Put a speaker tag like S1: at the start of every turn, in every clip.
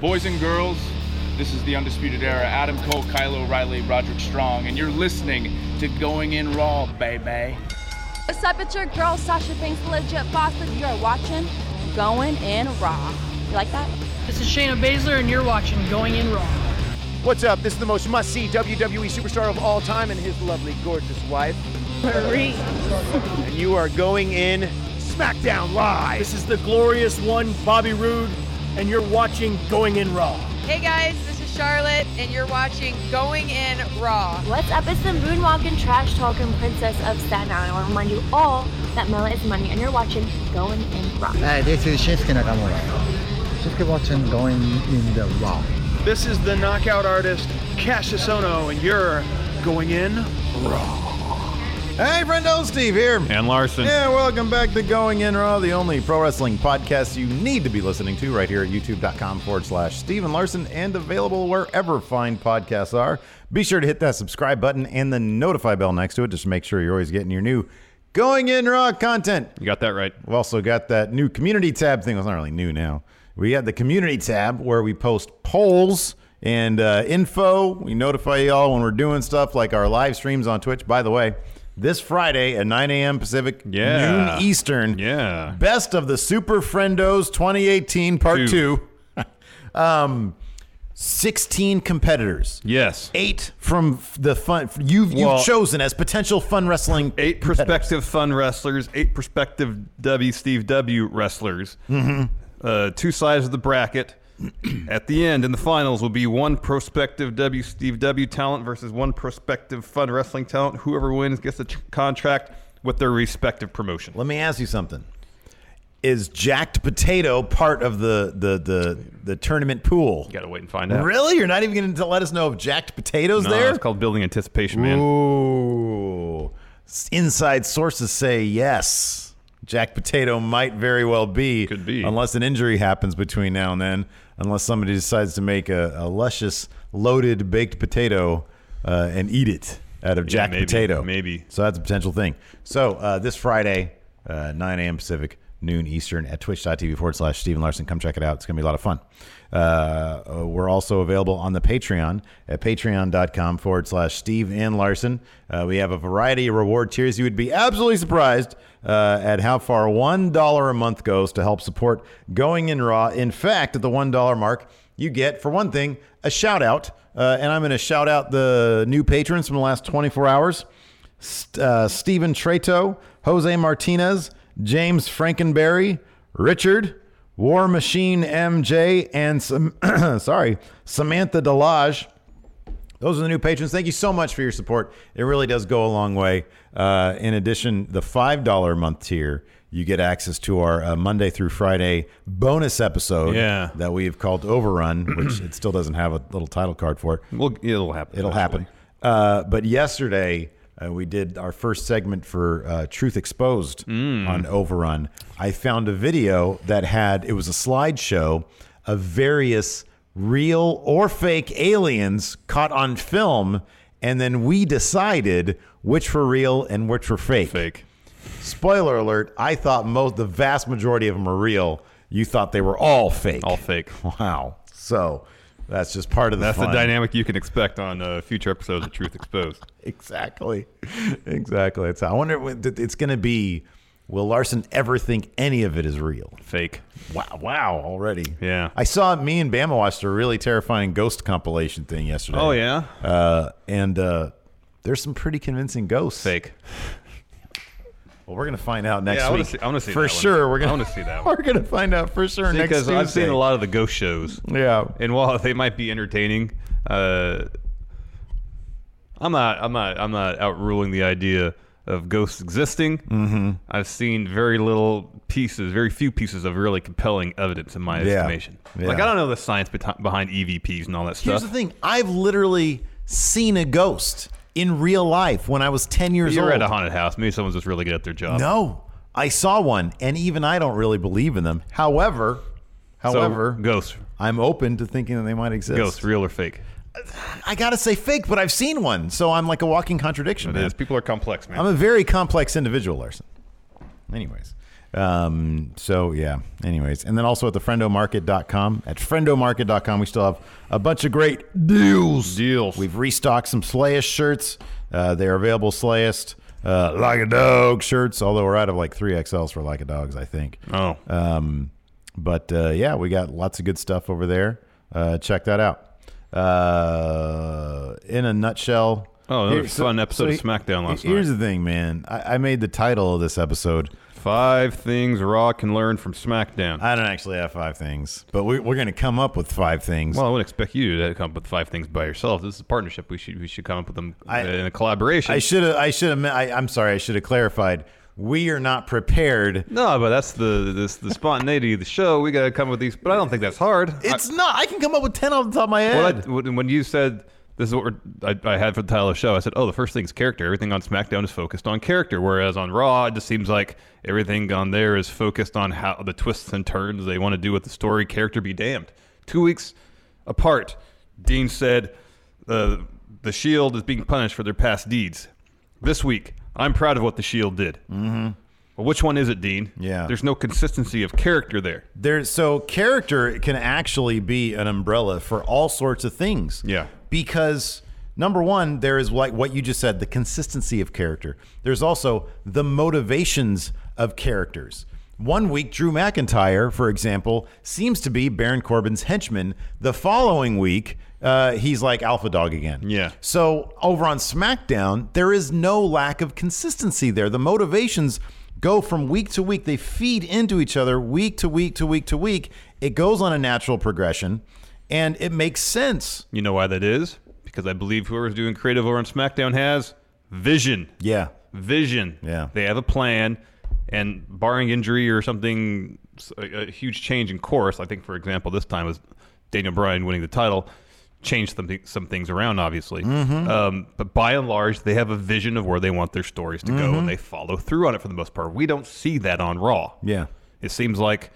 S1: Boys and girls, this is the Undisputed Era. Adam Cole, Kylo Riley, Roderick Strong, and you're listening to Going In Raw, baby.
S2: What's up, it's your girl Sasha Banks, the legit boss, and you're watching Going In Raw. You like that?
S3: This is Shayna Baszler, and you're watching Going In Raw.
S4: What's up? This is the most must see WWE E superstar of all time and his lovely, gorgeous wife. Marie. and you are going in SmackDown Live.
S5: This is the glorious one, Bobby Roode, and you're watching Going In Raw.
S6: Hey guys, this is Charlotte, and you're watching Going In Raw.
S7: What's up? It's the moonwalking, trash talking princess of Staten Island. I want to remind you all that Mela is money, and you're watching Going in Rock.
S8: Hi, this is Shinsuke Nakamura. Shinsuke watching going in the raw.
S9: This is the knockout artist Cassius Ono, and you're going in.
S10: Hey, friendo, Steve here.
S11: And Larson.
S10: Yeah, welcome back to Going In Raw, the only pro wrestling podcast you need to be listening to right here at youtube.com forward slash Steven Larson and available wherever fine podcasts are. Be sure to hit that subscribe button and the notify bell next to it just to make sure you're always getting your new Going In Raw content.
S11: You got that right.
S10: We've also got that new community tab thing. Well, It's not really new now. We had the community tab where we post polls and uh, info. We notify y'all when we're doing stuff like our live streams on Twitch. By the way, this Friday at 9 a.m. Pacific,
S11: Yeah.
S10: noon Eastern.
S11: Yeah.
S10: Best of the Super Friendos 2018 Part
S11: Two.
S10: 2. um, 16 competitors.
S11: Yes.
S10: Eight from f- the fun you've,
S11: Well-
S10: you've chosen as potential fun wrestling
S11: Eight
S10: competitors.
S11: prospective fun wrestlers, eight prospective W Steve W wrestlers.
S10: Mm-hmm.
S11: Uh, two sides of the bracket. At the end, in the finals, will be one prospective W Steve W talent versus one prospective fun wrestling talent. Whoever wins gets a ch- contract with their respective promotion.
S10: Let me ask you something. Is Jacked Potato part of the the the, the tournament pool?
S11: Got to wait and find out.
S10: Really? You're not even going to let us know if Jacked Potatoes
S11: No,
S10: there?
S11: it's called building anticipation, man.
S10: Ooh. S- Inside sources say yes. Jack Potato might very well be.
S11: Could be.
S10: Unless an injury happens between now and then. Unless somebody decides to make a, a luscious, loaded baked potato uh, and eat it out of Jack
S11: maybe,
S10: Potato.
S11: maybe.
S10: So that's a potential thing. So uh, this Friday, uh, 9 a.m. Pacific, noon Eastern at twitch.tv forward slash Steven Larson. Come check it out. It's going to be a lot of fun. Uh, uh, we're also available on the Patreon at patreon.com forward slash Steve and Larson. Uh, we have a variety of reward tiers. You would be absolutely surprised uh, at how far $1 a month goes to help support Going in Raw. In fact, at the $1 mark, you get, for one thing, a shout out. Uh, and I'm going to shout out the new patrons from the last 24 hours. St- uh, Steven Trato, Jose Martinez, James Frankenberry, Richard, War Machine MJ, and some, sorry, Samantha Delage. Those are the new patrons. Thank you so much for your support. It really does go a long way. Uh, in addition, the $5 a month tier, you get access to our uh, Monday through Friday bonus episode
S11: Yeah.
S10: that we have called Overrun, which it still doesn't have a little title card for it.
S11: Well, it'll happen.
S10: It'll happen.
S11: eventually.
S10: Uh, but yesterday, uh, we did our first segment for uh, Truth Exposed
S11: Mm.
S10: on Overrun. I found a video that had, it was a slideshow of various real or fake aliens caught on film. And then we decided which were real and which were fake.
S11: Fake.
S10: Spoiler alert, I thought most, the vast majority of them are real. You thought they were all fake.
S11: All fake.
S10: Wow. So that's just part of the
S11: That's the
S10: fun.
S11: dynamic you can expect on uh, future episodes of Truth Exposed.
S10: exactly, exactly. It's, I wonder. what- th- It's going to be. Will Larson ever think any of it is real?
S11: Fake.
S10: Wow! Wow! Already.
S11: Yeah.
S10: I saw me and Bama watched a really terrifying ghost compilation thing yesterday.
S11: Oh, yeah?
S10: Uh, and uh, there's some pretty convincing ghosts.
S11: Fake.
S10: Well, we're gonna find out next
S11: Yeah, I wanna
S10: week.
S11: see- I wanna see
S10: for
S11: that one.
S10: sure. We're
S11: I
S10: gonna
S11: wanna see that
S10: We're gonna find out for sure next
S11: Because I've seen
S10: Tuesday.
S11: a lot of the ghost shows,
S10: Yeah.
S11: and while they might be entertaining, uh, I'm not, I'm not, I'm not outruling the idea of ghosts existing. Mm-hmm. I've seen very little pieces, very few pieces of really compelling evidence in my
S10: Yeah.
S11: estimation.
S10: Yeah.
S11: Like I don't know the science beti- behind EVPs and all that
S10: Here's
S11: stuff.
S10: the thing I've literally seen a ghost in real life when I was 10 years
S11: You're
S10: old.
S11: at a haunted house. Maybe someone's just really good at their job.
S10: No, I saw one, and even I don't really believe in them. However,
S11: So,
S10: however,
S11: ghosts.
S10: I'm open to thinking that they might exist.
S11: Ghosts, real or fake?
S10: I gotta say fake, but I've seen one, so I'm like a walking contradiction.
S11: It
S10: man.
S11: is. People are complex, man.
S10: I'm a very complex individual, Larson. Anyways. Um, so yeah, anyways. And then also at the friendomarket.com. At friendomarket.com, we still have a bunch of great deals.
S11: Deals.
S10: We've restocked some Slayist shirts. Uh, they are available Slayist. Uh, like a dog shirts, although we're out of like three XLs for like a dogs, I think.
S11: Oh.
S10: Um, but uh, yeah, we got lots of good stuff over there. Uh, check that out. Uh, in a nutshell.
S11: Oh, another
S10: here- so-
S11: fun episode of
S10: he-
S11: SmackDown last
S10: Here's the thing, man. I, I made the title of this episode.
S11: Five things Raw can learn from SmackDown.
S10: I don't actually have five things, but we, we're going to come up with five things.
S11: Well, I wouldn't expect you to come up with five things by yourself. This is a partnership. We should we should come up with them uh, in a collaboration.
S10: I should have. I should have. I'm sorry. I should have clarified. We are not prepared.
S11: No, but that's the this the spontaneity of the show. We got to come up with these. But I don't think that's hard.
S10: It's not. I can come up with ten off the top of my
S11: I,
S10: head.
S11: what I, when when you said this is what we're, I, I had for the title of the show, I said, "Oh, the first thing is character. Everything on SmackDown is focused on character, whereas on Raw, it just seems like everything on there is focused on how the twists and turns they want to do with the story. Character be damned. Two weeks apart, Dean said, uh, "The Shield is being punished for their past deeds." This week, I'm proud of what the Shield did. Mm-hmm. Well, which one is it, Dean?
S10: Yeah.
S11: There's no consistency of character there.
S10: There, so character can actually be an umbrella for all sorts of things. Yeah. Because number one, there is like what you just said, the consistency of character. There's also the motivations of characters. One week, Drew McIntyre, for example, seems to be Baron Corbin's henchman. The following week, uh, he's like Alpha Dog again. Yeah. So over on SmackDown, there is no lack of consistency there. The motivations go from week to week. They feed into each other week to week to week to week. It goes on a natural progression and it makes sense.
S11: You know why that is? Because I believe whoever's doing creative over on SmackDown has vision.
S10: Yeah.
S11: Vision. Yeah. They have a plan, and barring injury or something, s- a, a huge change in course, I think, for example, this time was Daniel Bryan winning the title, changed some, thi- some things around, obviously.
S10: Mhm.
S11: Um, but by and large, they have a vision of where they want their stories to go,
S10: Mhm.
S11: and they follow through on it for the most part. We don't see that on Raw.
S10: Yeah.
S11: It seems like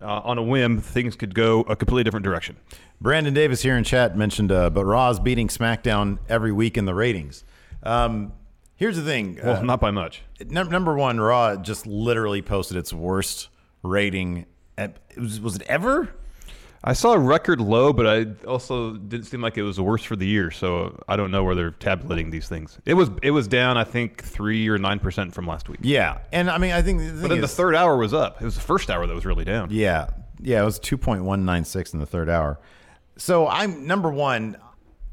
S11: uh, on a whim, things could go a completely different direction.
S10: Brandon Davis here in chat mentioned, uh, but Raw's beating SmackDown every week in the ratings. Um, here's the thing.
S11: Well, not by much.
S10: Num- number one, Raw just literally posted its worst rating. At, it was, was it ever?
S11: I saw a record low, but I also didn't seem like it was the worst for the year. So I don't know where they're tabulating these things. It was it was down, I think, three or nine percent from last week.
S10: Yeah, and I mean, I think. The
S11: But then the third hour was up. It was the first hour that was really down.
S10: Yeah. Yeah, it was 2.196 in the third hour. So I'm number one.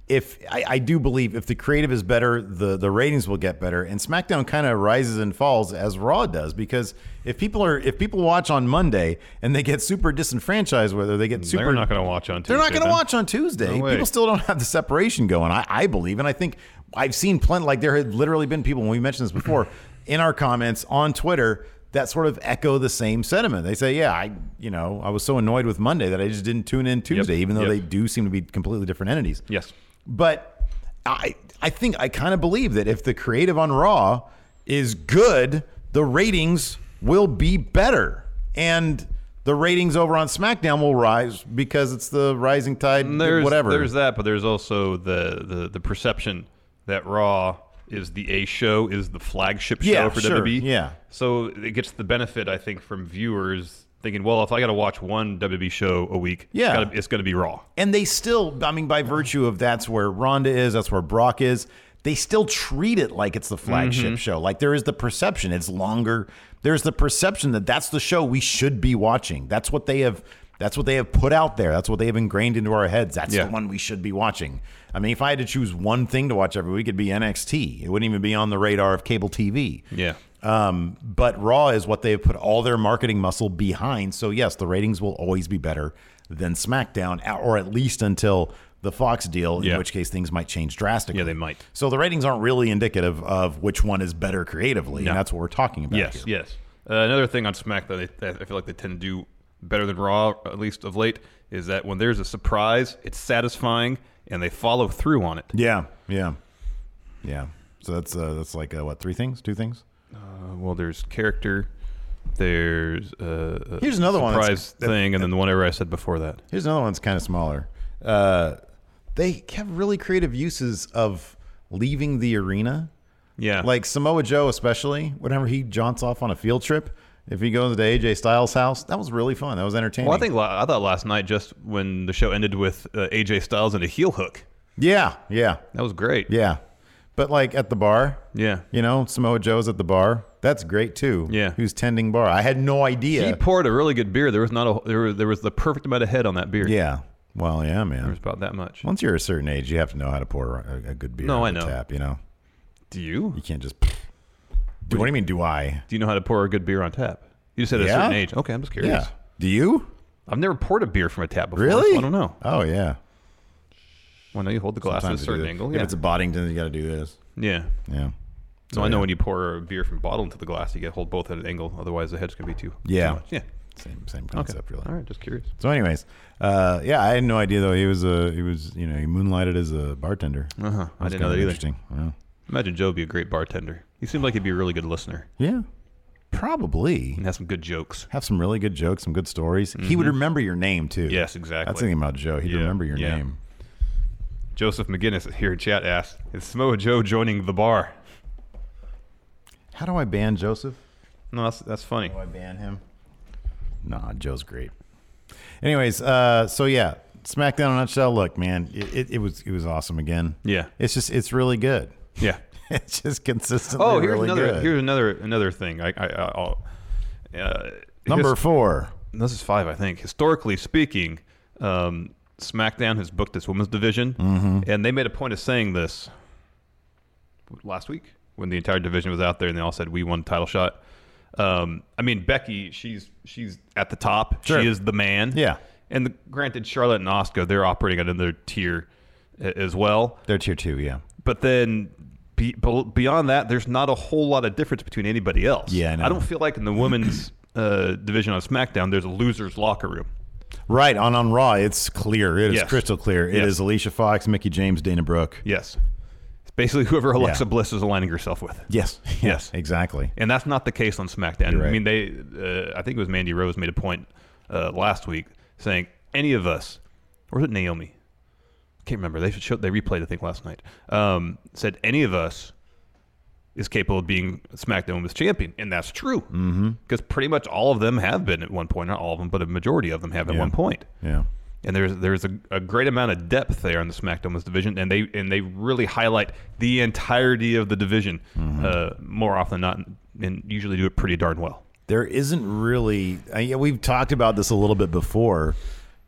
S10: If I, I do believe if the creative is better, the, the ratings will get better. And SmackDown kind of rises and falls as Raw does because if people are if people watch on Monday and they get super disenfranchised, whether they get super
S11: They're not going to watch on. Tuesday,
S10: they're not going to
S11: man.
S10: watch on Tuesday.
S11: No way.
S10: people still don't have the separation going. I, I believe, and I think I've seen plenty. Like there had literally been people, and we mentioned this before, in our comments on Twitter that sort of echo the same sentiment. They say, "Yeah, I, you know, I was so annoyed with Monday that I just didn't tune in Tuesday, even though
S11: yep.
S10: they do seem to be completely different entities."
S11: Yes,
S10: but I, I think I kind of believe that if the creative on Raw is good, the ratings will be better, and the ratings over on SmackDown will rise because it's the rising tide.
S11: And there's,
S10: whatever.
S11: There's that, but there's also the, the the perception that Raw is the A show, is the flagship show
S10: Yeah,
S11: for
S10: sure,
S11: WWE.
S10: yeah.
S11: So it gets the benefit, I think, from viewers thinking, well, if I got to watch one WWE show a week, it's
S10: Yeah.
S11: gotta- it's going to be Raw.
S10: And they still, I mean, by virtue of that's where Ronda is, that's where Brock is, they still treat it like it's the flagship
S11: Mhm.
S10: show. Like there is the perception it's longer. There's the perception that that's the show we should be watching. That's what they have. That's what they have put out there. That's what they have ingrained into our heads. That's
S11: Yeah.
S10: the one we should be watching. I mean, if I had to choose one thing to watch every week, it'd be NXT. It wouldn't even be on the radar of cable TV.
S11: Yeah.
S10: Um, but Raw is what they've put all their marketing muscle behind. So yes, the ratings will always be better than SmackDown, or at least until the Fox deal, in which case things might change drastically. Yeah, they might. So the ratings aren't really indicative of which one is better creatively,
S11: No.
S10: and that's what we're talking about.
S11: Yes,
S10: here.
S11: yes. Uh, another thing on Smack that I, that I feel like they tend to do better than Raw, at least of late, is that when there's a surprise, it's satisfying and they follow through on it.
S10: Yeah, yeah, yeah. So that's uh, that's like uh, what three things, two things.
S11: Uh, well, there's character. There's uh, a
S10: Here's another one that's-
S11: surprise thing, and then the whatever I said before that.
S10: Here's another one that's kind of smaller. Uh, they have really creative uses of leaving the arena.
S11: Yeah.
S10: Like Samoa Joe, especially, whenever he jaunts off on a field trip, if he goes to AJ Styles' house, that was really fun. That was entertaining.
S11: Well, I think la- I thought last night just when the show ended with uh, AJ Styles and a heel hook.
S10: Yeah, yeah.
S11: That was great.
S10: Yeah. But like at the bar.
S11: Yeah.
S10: You know, Samoa Joe's at the bar. That's great too. Yeah. Who's tending bar? I had no idea.
S11: He poured a really good beer. There was not a there was, there was the perfect amount of head on that beer.
S10: Yeah. Well, yeah, man.
S11: There's about that much.
S10: Once you're a certain age, you have to know how to pour a, a good beer.
S11: No,
S10: out
S11: I
S10: of the
S11: know.
S10: Tap, you know.
S11: Do you?
S10: You can't just. Do, what do you mean? Do I?
S11: Do you know how to pour a good beer on tap? You said at
S10: Yeah?
S11: a certain age. Okay, I'm just curious.
S10: Yeah. Do you?
S11: I've never poured a beer from a tap before.
S10: Really?
S11: so I don't know.
S10: Oh yeah.
S11: Well, no, you hold the glass
S10: Sometimes
S11: at a
S10: you
S11: certain
S10: do that.
S11: angle.
S10: If
S11: yeah.
S10: it's a Boddington, you got to do this.
S11: Yeah.
S10: Yeah.
S11: So
S10: So,
S11: I know
S10: yeah.
S11: when you pour a beer from bottle into the glass, you got to hold both at an angle. Otherwise, the head's going to be too. too
S10: Yeah.
S11: much. Yeah.
S10: Same same concept, really.
S11: All right, just curious.
S10: So, anyways, uh, yeah, I had no idea though. He was a he was you know he moonlighted as a bartender.
S11: Uh-huh. I
S10: That's
S11: didn't know
S10: kind
S11: that
S10: of
S11: either.
S10: Interesting. Yeah.
S11: Imagine Joe would be a great bartender. He seemed like he'd be a really good listener.
S10: Yeah. Probably.
S11: And have some good jokes.
S10: Have some really good jokes, some good stories. He would
S11: Mhm.
S10: remember your name too.
S11: Yes, exactly.
S10: That's the thing about Joe. He'd
S11: Yeah,
S10: remember your
S11: yeah.
S10: name.
S11: Joseph McGinnis here in chat asks, "Is Samoa Joe joining the bar?"
S10: How do I ban Joseph?
S11: No, that's that's funny.
S10: Do I ban him? Nah, Joe's great. Anyways, uh, so yeah, SmackDown in a nutshell. Look, man, it, it, it was it was awesome again.
S11: Yeah.
S10: It's just it's really good.
S11: Yeah.
S10: it's just consistently.
S11: Oh, here's
S10: really
S11: another.
S10: good.
S11: Here's another another thing. I, I, I I'll, uh,
S10: Number
S11: his-
S10: four.
S11: This is five, I think. Historically speaking, um, SmackDown has booked its women's division,
S10: Mhm.
S11: and they made a point of saying this last week when the entire division was out there, and they all said we won the title shot. Um, I mean, Becky, she's she's at the top.
S10: Sure.
S11: She is the man.
S10: Yeah.
S11: And the, granted, Charlotte and Oscar, they're operating at another tier a- as well.
S10: They're tier two, yeah.
S11: But then be, be- beyond that, there's not a whole lot of difference between anybody else.
S10: Yeah, I know.
S11: don't feel like in the women's uh, division on SmackDown, there's a losers locker room.
S10: Right on on Raw, it's clear. It is
S11: Yes.
S10: crystal clear. It is
S11: Yes.
S10: Alicia Fox, Mickey James, Dana Brooke.
S11: Yes, it's basically whoever Alexa
S10: Yeah.
S11: Bliss is aligning herself with.
S10: Yes.
S11: Yes.
S10: Exactly.
S11: And that's not the case on SmackDown.
S10: You're
S11: I
S10: right.
S11: mean, they. Uh, I think it was Mandy Rose made a point uh, last week saying any of us, or was it Naomi? I can't remember. They showed, they replayed I think last night. Um, said any of us is capable of being SmackDown Women's Champion, and that's true because
S10: Mm-hmm.
S11: pretty much all of them have been at one point. Not all of them, but a majority of them have at
S10: Yeah.
S11: one point.
S10: Yeah.
S11: And there's there's a, a great amount of depth there in the SmackDown Women's division, and they and they really highlight the entirety of the division
S10: Mm-hmm.
S11: uh, more often than not, and usually do it pretty darn well.
S10: There isn't really. I, yeah, we've talked about this a little bit before,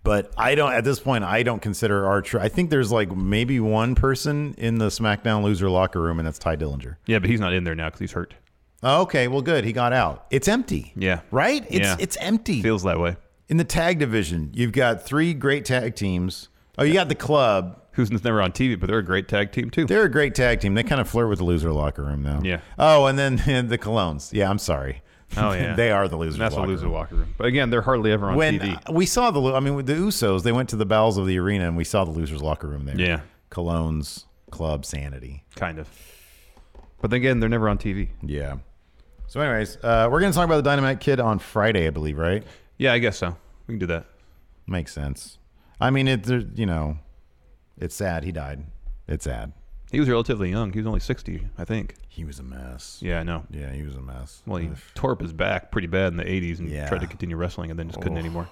S10: but I don't. At this point, I don't consider our. Tr- I think there's like maybe one person in the SmackDown loser locker room, and that's Ty Dillinger.
S11: Yeah, but he's not in there now because he's hurt.
S10: Oh, okay, well, good. He got out. It's empty.
S11: Yeah,
S10: Right? It's
S11: Yeah.
S10: it's empty.
S11: Feels that way.
S10: In the tag division, you've got three great tag teams. Oh, you got the club.
S11: Who's never on TV, but they're a great tag team too.
S10: They're a great tag team. They kind of flirt with the loser locker room now.
S11: Yeah.
S10: Oh, and then the Colognes. Yeah, I'm sorry.
S11: Oh yeah,
S10: they are the losers.
S11: That's
S10: locker
S11: the loser
S10: room.
S11: locker room. But again, they're hardly ever on
S10: when
S11: TV.
S10: uh, we saw the, lo- I mean, with the Usos, they went to the bowels of the arena, and we saw the losers' locker room there.
S11: Yeah.
S10: Cologne's Club Sanity,
S11: kind of. But then again, they're never on TV.
S10: Yeah. So, anyways, uh, we're gonna talk about the Dynamite Kid on Friday, I believe, right?
S11: Yeah, I guess so. We can do that.
S10: Makes sense. I mean, it, there- you know, it's sad he died. It's sad.
S11: He was relatively young. He was only sixty, I think.
S10: He was a mess.
S11: Yeah, I know.
S10: Yeah, he was a mess.
S11: Well, he tore up his back pretty bad in the '80s and
S10: Yeah.
S11: tried to continue wrestling, and then just couldn't
S10: Oh.
S11: anymore.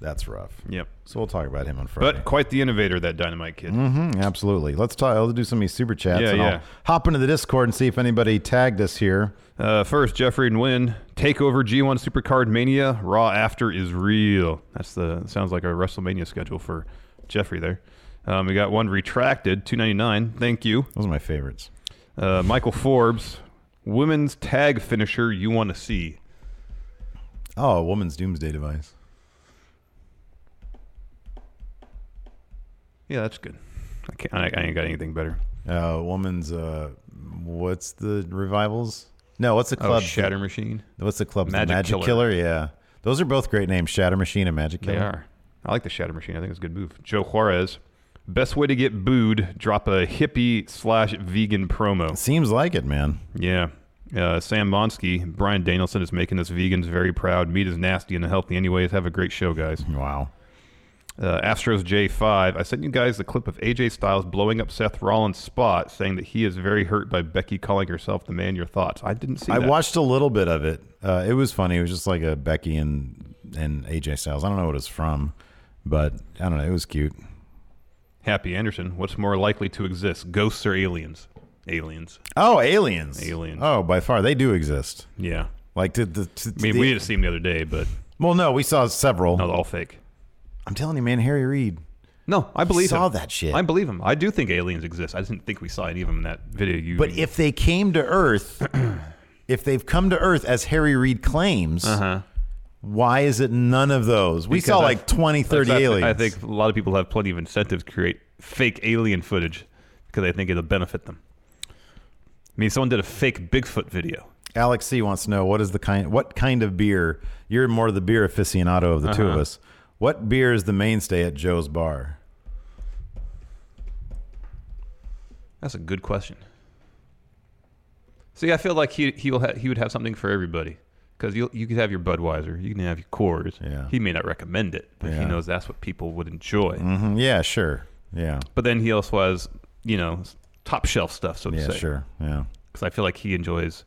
S10: That's rough.
S11: Yep.
S10: So we'll talk about him on Friday.
S11: But quite the innovator, that Dynamite Kid.
S10: Mm-hmm, absolutely. Let's talk. I'll do some of these super chats.
S11: Yeah,
S10: and
S11: yeah.
S10: I'll hop into the Discord and see if anybody tagged us here.
S11: Uh, first, Jeffrey and Wynn take over G1 Supercard Mania. Raw after is real. That's the sounds like a WrestleMania schedule for Jeffrey there. Um, we got one retracted, two ninety nine. Thank you.
S10: Those are my favorites.
S11: Uh, Michael Forbes, women's tag finisher you want to see?
S10: Oh, a woman's doomsday device.
S11: Yeah, that's good. I can't. I, I ain't got anything better.
S10: Uh, woman's. Uh, what's the revivals? No, what's the
S11: Oh,
S10: club?
S11: Shatter Machine?
S10: What's the club?
S11: Magic
S10: the Magic
S11: Killer.
S10: Killer. Yeah, those are both great names. Shatter Machine and Magic
S11: They
S10: Killer.
S11: are. I like the Shatter Machine. I think it's a good move. Joe Juarez. Best way to get booed: drop a hippie slash vegan promo.
S10: Seems like it, man.
S11: Yeah. Uh, Sam Monsky, Brian Danielson is making us vegans very proud. Meat is nasty and healthy, anyways. Have a great show, guys.
S10: Wow.
S11: Uh, Astros J5. I sent you guys the clip of AJ Styles blowing up Seth Rollins' spot, saying that he is very hurt by Becky calling herself the man your thoughts. I didn't see
S10: I
S11: that.
S10: watched a little bit of it. Uh, it was funny. It was just like a Becky and and AJ Styles. I don't know what it's from, but I don't know. It was cute.
S11: Happy Anderson. What's more likely to exist, ghosts or aliens? Aliens.
S10: Oh, aliens.
S11: Aliens.
S10: Oh, by far they do exist.
S11: Yeah.
S10: Like to the. To,
S11: I mean,
S10: the-
S11: we didn't see him the other day, but
S10: Well, no, we saw several.
S11: No, all fake.
S10: I'm telling you, man, Harry Reid.
S11: No, I believe
S10: saw
S11: him.
S10: that shit.
S11: I believe him. I do think aliens exist. I didn't think we saw any of them in that video. You
S10: But if they came to Earth, if they've come to Earth as Harry Reid claims, why is it none of those? We
S11: Uh-huh. Because
S10: saw
S11: I-
S10: like 20, 30
S11: I,
S10: aliens.
S11: I think a lot of people have plenty of incentive to create fake alien footage because they think it'll benefit them. I mean, someone did a fake Bigfoot video.
S10: Alex C wants to know what is the kind what kind of beer? You're more the beer aficionado of the two of
S11: Uh-huh.
S10: us. What beer is the mainstay at Joe's bar?
S11: That's a good question. See, I feel like he he will ha- he would have something for everybody because you you could have your Budweiser, you can have your Coors. Yeah. He may not recommend it, but he
S10: Yeah.
S11: knows that's what people would enjoy.
S10: hmm Yeah, sure. Yeah.
S11: But then he also has you know top shelf stuff, so to
S10: Yeah,
S11: say.
S10: sure. Yeah.
S11: because I feel like he enjoys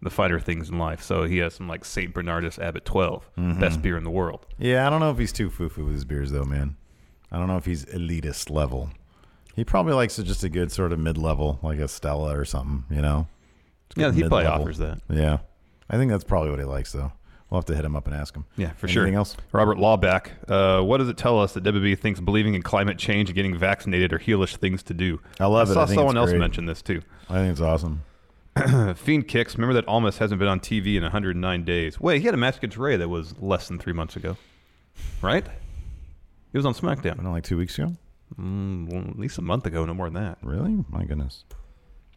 S11: the finer things in life. So he has some like Saint Bernardus Abbott 12
S10: Mhm.
S11: best beer in the world.
S10: Yeah, I don't know if he's too foo foo with his beers though, man. I don't know if he's elitist level. He probably likes it just a good sort of mid level, like a Stella or something, you know? It's good
S11: Yeah, he probably
S10: mid-level.
S11: offers that.
S10: Yeah. I think that's probably what he likes though. We'll have to hit him up and ask him.
S11: Yeah, for
S10: Anything
S11: sure.
S10: else?
S11: Robert Lawback, uh, what does it tell us that WB thinks believing in climate change and getting vaccinated are heelish things to do?
S10: I love it.
S11: Saw
S10: I think it's
S11: someone else
S10: great.
S11: mention this too. Uh,
S10: I think it's awesome.
S11: Fiend kicks. Remember that Almas hasn't been on TV in 109 days. Wait, he had a match against Ray that was less than three months ago, right? He was on SmackDown.
S10: like two weeks ago.
S11: Mm, well, at least a month ago, no more than that.
S10: Really? My goodness.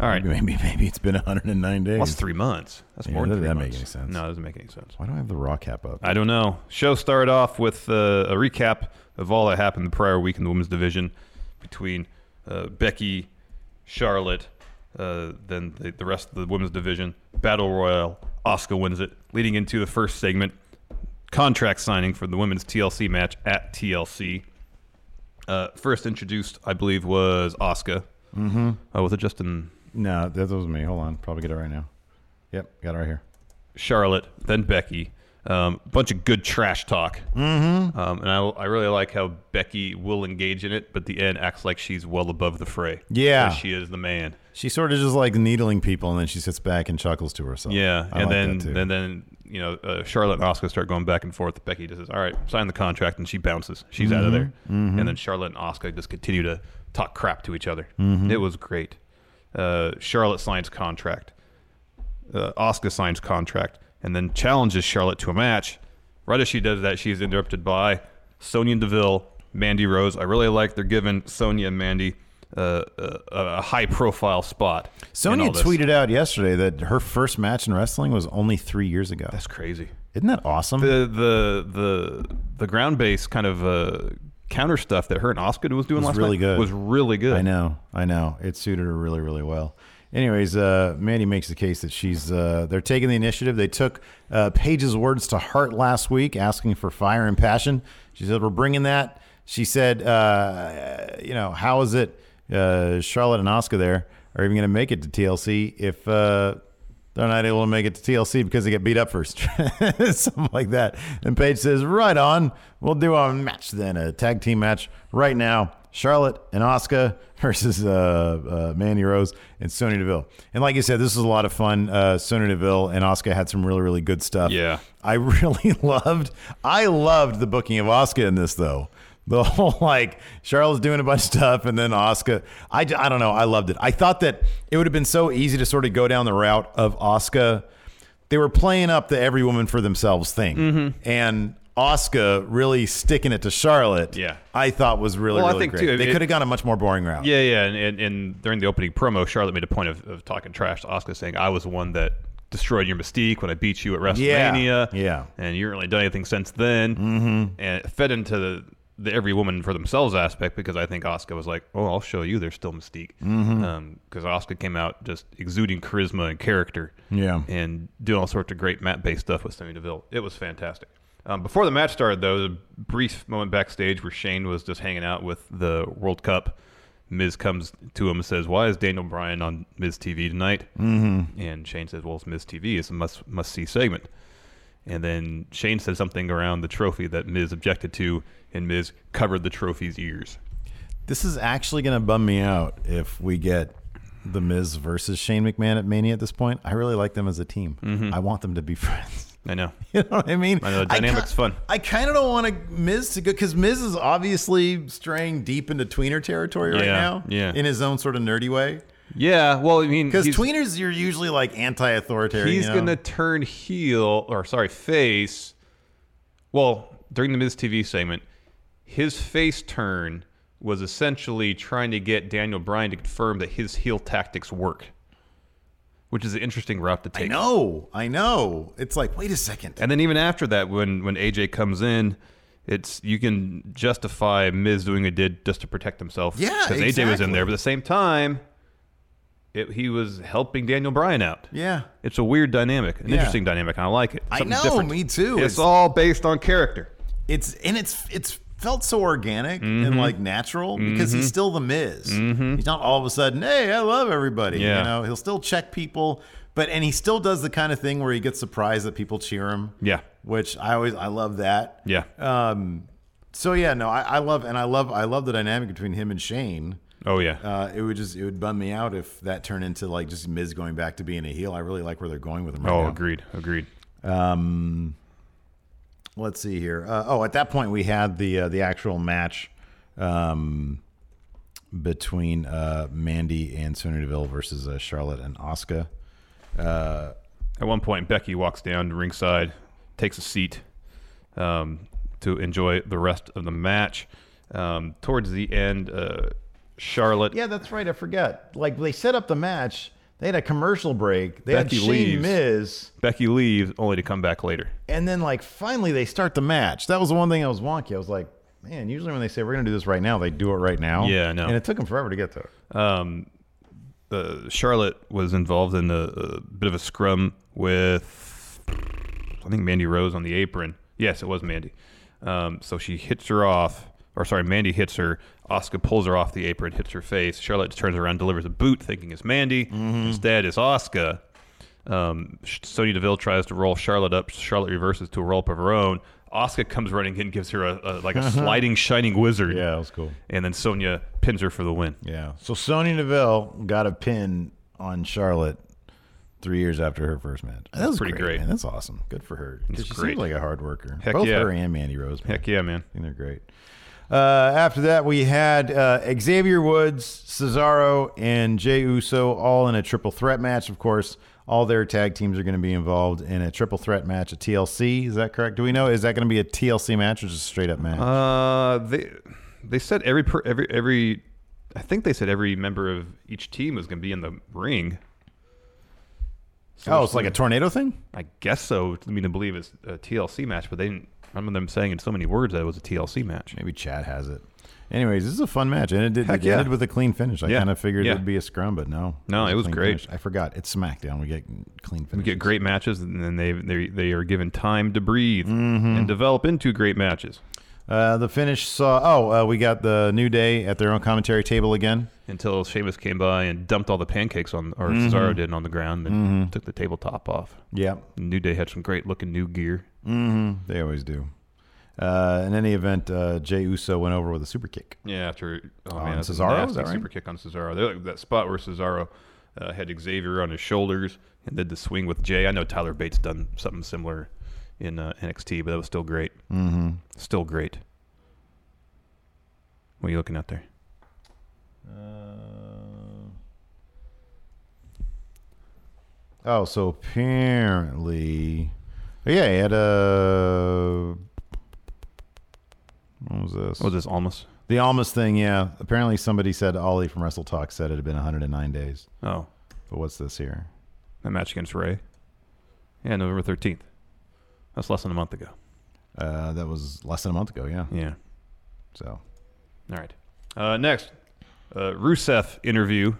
S11: All right.
S10: Maybe maybe it's been 109 days.
S11: That's three months. That's
S10: Yeah,
S11: more than
S10: that
S11: three
S10: doesn't
S11: months.
S10: make any sense.
S11: No, it doesn't make any sense.
S10: Why do I have the raw cap up?
S11: I don't know. Show started off with uh, a recap of all that happened the prior week in the women's division between uh, Becky, Charlotte, uh, then the, the rest of the women's division. Battle Royal, Oscar wins it, leading into the first segment. Contract signing for the women's TLC match at TLC. Uh, first introduced, I believe, was Oscar.
S10: Mm-hmm.
S11: Oh, was it Justin?
S10: No, that was me. Hold on. Probably get it right now. Yep, got it right here.
S11: Charlotte, then Becky. Um, bunch of good trash talk.
S10: Mhm.
S11: Um, and I, I really like how Becky will engage in it, but the end acts like she's well above the fray.
S10: Yeah.
S11: Because She is the man.
S10: She's sort of just like needling people, and then she sits back and chuckles to herself.
S11: yeah.
S10: I
S11: and
S10: like
S11: then,
S10: that too.
S11: then, then, you know, uh, Charlotte and Oscar start going back and forth. Becky just says, all right, sign the contract. And she bounces. She's out of
S10: Mhm.
S11: there.
S10: Mhm.
S11: And then Charlotte and Oscar just continue to talk crap to each other.
S10: Mhm.
S11: It was great. Uh, Charlotte signs contract. uh, Asuka signs contract and then challenges Charlotte to a match. Right as she does that, she's interrupted by Sonya Deville, Mandy Rose. I really like they're giving Sonya and Mandy uh, a, a high profile spot. in
S10: Sonya
S11: all this.
S10: tweeted out yesterday that her first match in wrestling was only three years ago. That's
S11: crazy.
S10: Isn't that awesome?
S11: the the the the ground base kind of uh, counter stuff that her and Asuka was doing
S10: was
S11: last
S10: really
S11: night
S10: good.
S11: was really good.
S10: I know, I know. It suited her really, really well. Anyways, uh, Mandy makes the case that she's uh, they're taking the initiative. They took uh, Paige's words to heart last week, asking for fire and passion. She said we're bringing that. She said, uh, you know, how is it uh, Charlotte and Oscar there are even going to make it to TLC if uh, they're not able to make it to TLC because they get beat up first, something like that. And Paige says, "Right on, we'll do a match then, a tag team match right now. Charlotte and Oscar versus uh, uh, Mandy Rose and Sonya Deville. And like you said, this was a lot of fun. Uh, Sonya Deville and Oscar had some really, really good stuff.
S11: Yeah.
S10: I really loved. I loved the booking of Oscar in this though. The whole like Charlotte's doing a bunch of stuff, and then Oscar. I, j- I don't know. I loved it. I thought that it would have been so easy to sort of go down the
S11: Mm-hmm.
S10: route of Oscar. They were playing up the every woman for themselves thing, and Oscar really sticking it to Charlotte,
S11: Yeah.
S10: I thought was really
S11: Well, I
S10: really
S11: think,
S10: great.
S11: too,
S10: they
S11: it-
S10: could have gone a much more boring route.
S11: Yeah, yeah. And, and, and during the opening promo, Charlotte made a point of, of talking trash to Oscar, saying, "I was the one that destroyed your mystique when I beat you at
S10: Yeah,
S11: WrestleMania. Yeah, and you haven't really done anything since then." Mm-hmm. And it fed into the, the every woman for themselves aspect because I think Oscar was like, "Oh, I'll show you. There's still mystique."
S10: Mhm.
S11: Because Oscar came out just exuding charisma and character.
S10: Yeah.
S11: and doing all sorts of great mat-based stuff with Sammy Deville. It was fantastic. Um, before the match started, though, there was a brief moment backstage where Shane was just hanging out with the World Cup. Miz comes to him and says, "Why is Daniel Bryan on Miz TV tonight?"
S10: Mhm.
S11: And Shane says, "Well, it's Miz TV. It's a must must see segment." And then Shane says something around the trophy that Miz objected to, and Miz covered the trophy's ears.
S10: This is actually going to bum me out if we get the Miz versus Shane McMahon at Mania at this point. I really like them as a team. I want them to be friends.
S11: I know.
S10: You know what I mean?
S11: Mm-hmm. I know the
S10: I
S11: dynamic's fun.
S10: I kind of don't want to Miz to go because Miz is obviously straying deep into tweener territory right
S11: Yeah,
S10: now.
S11: yeah.
S10: In his own sort of nerdy way.
S11: Yeah, well, I mean,
S10: Because
S11: he's-
S10: tweeners, you're usually like anti-authoritarian.
S11: He's
S10: you know?
S11: gonna turn heel, or sorry, face. Well, during the Miz TV segment, his face turn was essentially trying to get Daniel Bryan to confirm that his heel tactics work, which is an interesting route to take. I
S10: know, I know. It's like, wait a second.
S11: And then even after that, when when AJ comes in. It's you can justify Miz doing what he did just to protect himself.
S10: Yeah,
S11: because AJ was in there, but at the same time, it, he was helping Daniel Bryan out.
S10: Yeah.
S11: It's a weird dynamic, an
S10: Yeah.
S11: interesting dynamic, and I like it.
S10: I
S11: Something
S10: know,
S11: different.
S10: me too.
S11: It's, all based on character.
S10: It's and it's it's felt so organic
S11: Mhm.
S10: and like natural because
S11: Mhm.
S10: he's still the Miz. He's not all of a sudden, hey, I love everybody.
S11: Mm-hmm. Yeah.
S10: You know, he'll still check people, but and he still does the kind of thing where he gets surprised that people cheer him.
S11: Yeah.
S10: Which I always I love that.
S11: Yeah.
S10: Um so yeah, no, I, I love and I love I love the dynamic between him and Shane.
S11: Oh yeah.
S10: Uh, it would just it would bum me out if that turned into like just Miz going back to being a heel. I really like where they're going with him right
S11: oh,
S10: now.
S11: agreed, agreed.
S10: Um, let's see here. Uh, oh, at that point we had the uh, the actual match um, between uh, Mandy and Sonya Deville versus uh, Charlotte and Oscar. Uh,
S11: At one point, Becky walks down to ringside, takes a seat um, to enjoy the rest of the match. Um, towards the end, uh, Charlotte.
S10: yeah, that's right. I forgot. Like they set up the match. They had a commercial break. They
S11: Becky
S10: had Shane
S11: leaves.
S10: Miz,
S11: Becky leaves only to come back later.
S10: and then like finally they start the match. That was the one thing I was wonky. I was like, man. Usually when they say we're gonna do this right now, they do it right now.
S11: Yeah, I know.
S10: And it took them forever to get there.
S11: um, uh, Charlotte was involved in a, a bit of a scrum with, I think Mandy Rose on the apron. Yes, it was Mandy. Um, so she hits her off, or sorry, Mandy hits her. Oscar pulls her off the apron, hits her face. Charlotte turns around, delivers a boot, thinking it's Mandy.
S10: Mm-hmm.
S11: Instead, it's Oscar. Um, Sh- Sonya Deville tries to roll Charlotte up. Charlotte reverses to a roll up of her own. Oscar comes running in, gives her a, a like a sliding, shining wizard.
S10: Yeah, that was cool.
S11: And then Sonya pins her for the win.
S10: Yeah. So Sonya Deville got a pin on Charlotte three years after her first match.
S11: That's pretty great.
S10: man. That's awesome. Good for her. 'Cause
S11: It's
S10: she
S11: great.
S10: seems like a hard worker.
S11: Heck
S10: Both
S11: yeah.
S10: her and Mandy Rose.
S11: Heck yeah, man.
S10: I think they're great. Uh, after that, we had uh, Xavier Woods, Cesaro, and Jey Uso all in a triple threat match. Of course, all their tag teams are going to be involved in a triple threat match at TLC. Is that correct? Do we know? Is that going to be a TLC match or just a straight up match?
S11: Uh, they they said every per, every every I think they said every member of each team was going to be in the ring.
S10: Oh, it's like a tornado thing?
S11: I guess so. I mean, to believe it's a TLC match, but they didn't. I remember them saying in so many words that it was a TLC match.
S10: Maybe Chad has it. Anyways, this is a fun match, and it, did,
S11: Heck
S10: it
S11: yeah.
S10: ended with a clean finish. I
S11: Yeah.
S10: kind of figured
S11: Yeah.
S10: it'd be a scrum, but no.
S11: No,
S10: a
S11: it was
S10: clean
S11: great.
S10: finish. I forgot it's SmackDown. We get clean
S11: We
S10: finish.
S11: get great matches, and then they they they are given time to breathe
S10: Mm-hmm.
S11: and develop into great matches.
S10: Uh, the finish saw. Oh, uh, we got the New Day at their own commentary table again.
S11: Until Sheamus came by and dumped all the pancakes on, or
S10: Mhm.
S11: Cesaro did on the ground, and
S10: Mhm.
S11: took the tabletop off.
S10: Yep.
S11: New Day had some great looking new gear.
S10: Mm-hmm. They always do. Uh, in any event, uh, Jey Uso went over with a super kick.
S11: Yeah, after oh
S10: On
S11: man, that's a
S10: Cesaro,
S11: nasty
S10: is that right?
S11: super kick on Cesaro. They're like that spot where Cesaro uh, had Xavier on his shoulders and did the swing with Jay. I know Tyler Bates done something similar in uh, NXT, but that was still great.
S10: Mhm.
S11: Still great. What are you looking at there?
S10: Uh, Oh, so apparently, yeah, he had a What was this?
S11: What was this, Almas?
S10: The Almas thing, yeah. Apparently somebody said Ollie from Wrestle Talk said it had been 109 days.
S11: Oh.
S10: But what's this here?
S11: That match against Ray. Yeah, November 13th. That's less than a month ago.
S10: Uh, that was less than a month ago, yeah.
S11: Yeah.
S10: So.
S11: All right. Uh, next, uh, Rusev interview.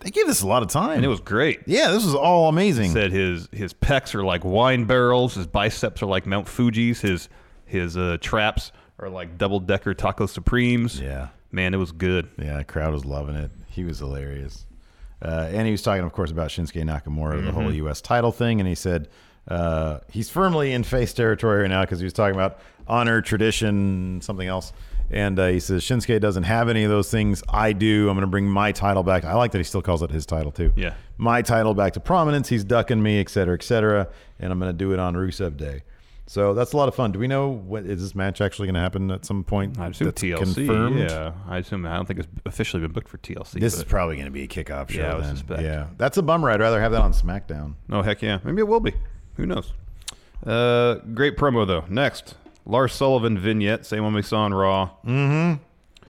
S10: They gave this a lot of time.
S11: And it was great.
S10: Yeah, this was all amazing.
S11: Said his his pecs are like wine barrels, his biceps are like Mount Fuji's, his his uh, traps are like double decker taco supremes.
S10: Yeah.
S11: Man, it was good.
S10: Yeah, the crowd was loving it. He was hilarious. Uh, and he was talking, of course, about Shinsuke Nakamura, the whole
S11: Mhm.
S10: U.S. title thing. And he said uh, he's firmly in face territory right now because he was talking about honor, tradition, something else. And uh, he says Shinsuke doesn't have any of those things. I do. I'm going to bring my title back. I like that he still calls it his title too.
S11: Yeah.
S10: my title back to prominence. He's ducking me, et cetera, et cetera. And I'm going to do it on Rusev Day. So that's a lot of fun. Do we know what is this match actually going to happen at some point?
S11: I assume
S10: that's
S11: TLC.
S10: confirmed?
S11: Yeah, I assume. I don't think it's officially been booked for TLC.
S10: This is
S11: but-
S10: probably going to be a kickoff show.
S11: Yeah, I would
S10: then.
S11: suspect.
S10: Yeah, that's a bummer. I'd rather have that on SmackDown.
S11: Oh heck yeah, maybe it will be. Who knows? Uh, great promo though. Next, Lars Sullivan vignette, same one we saw on Raw.
S10: Mm-hmm.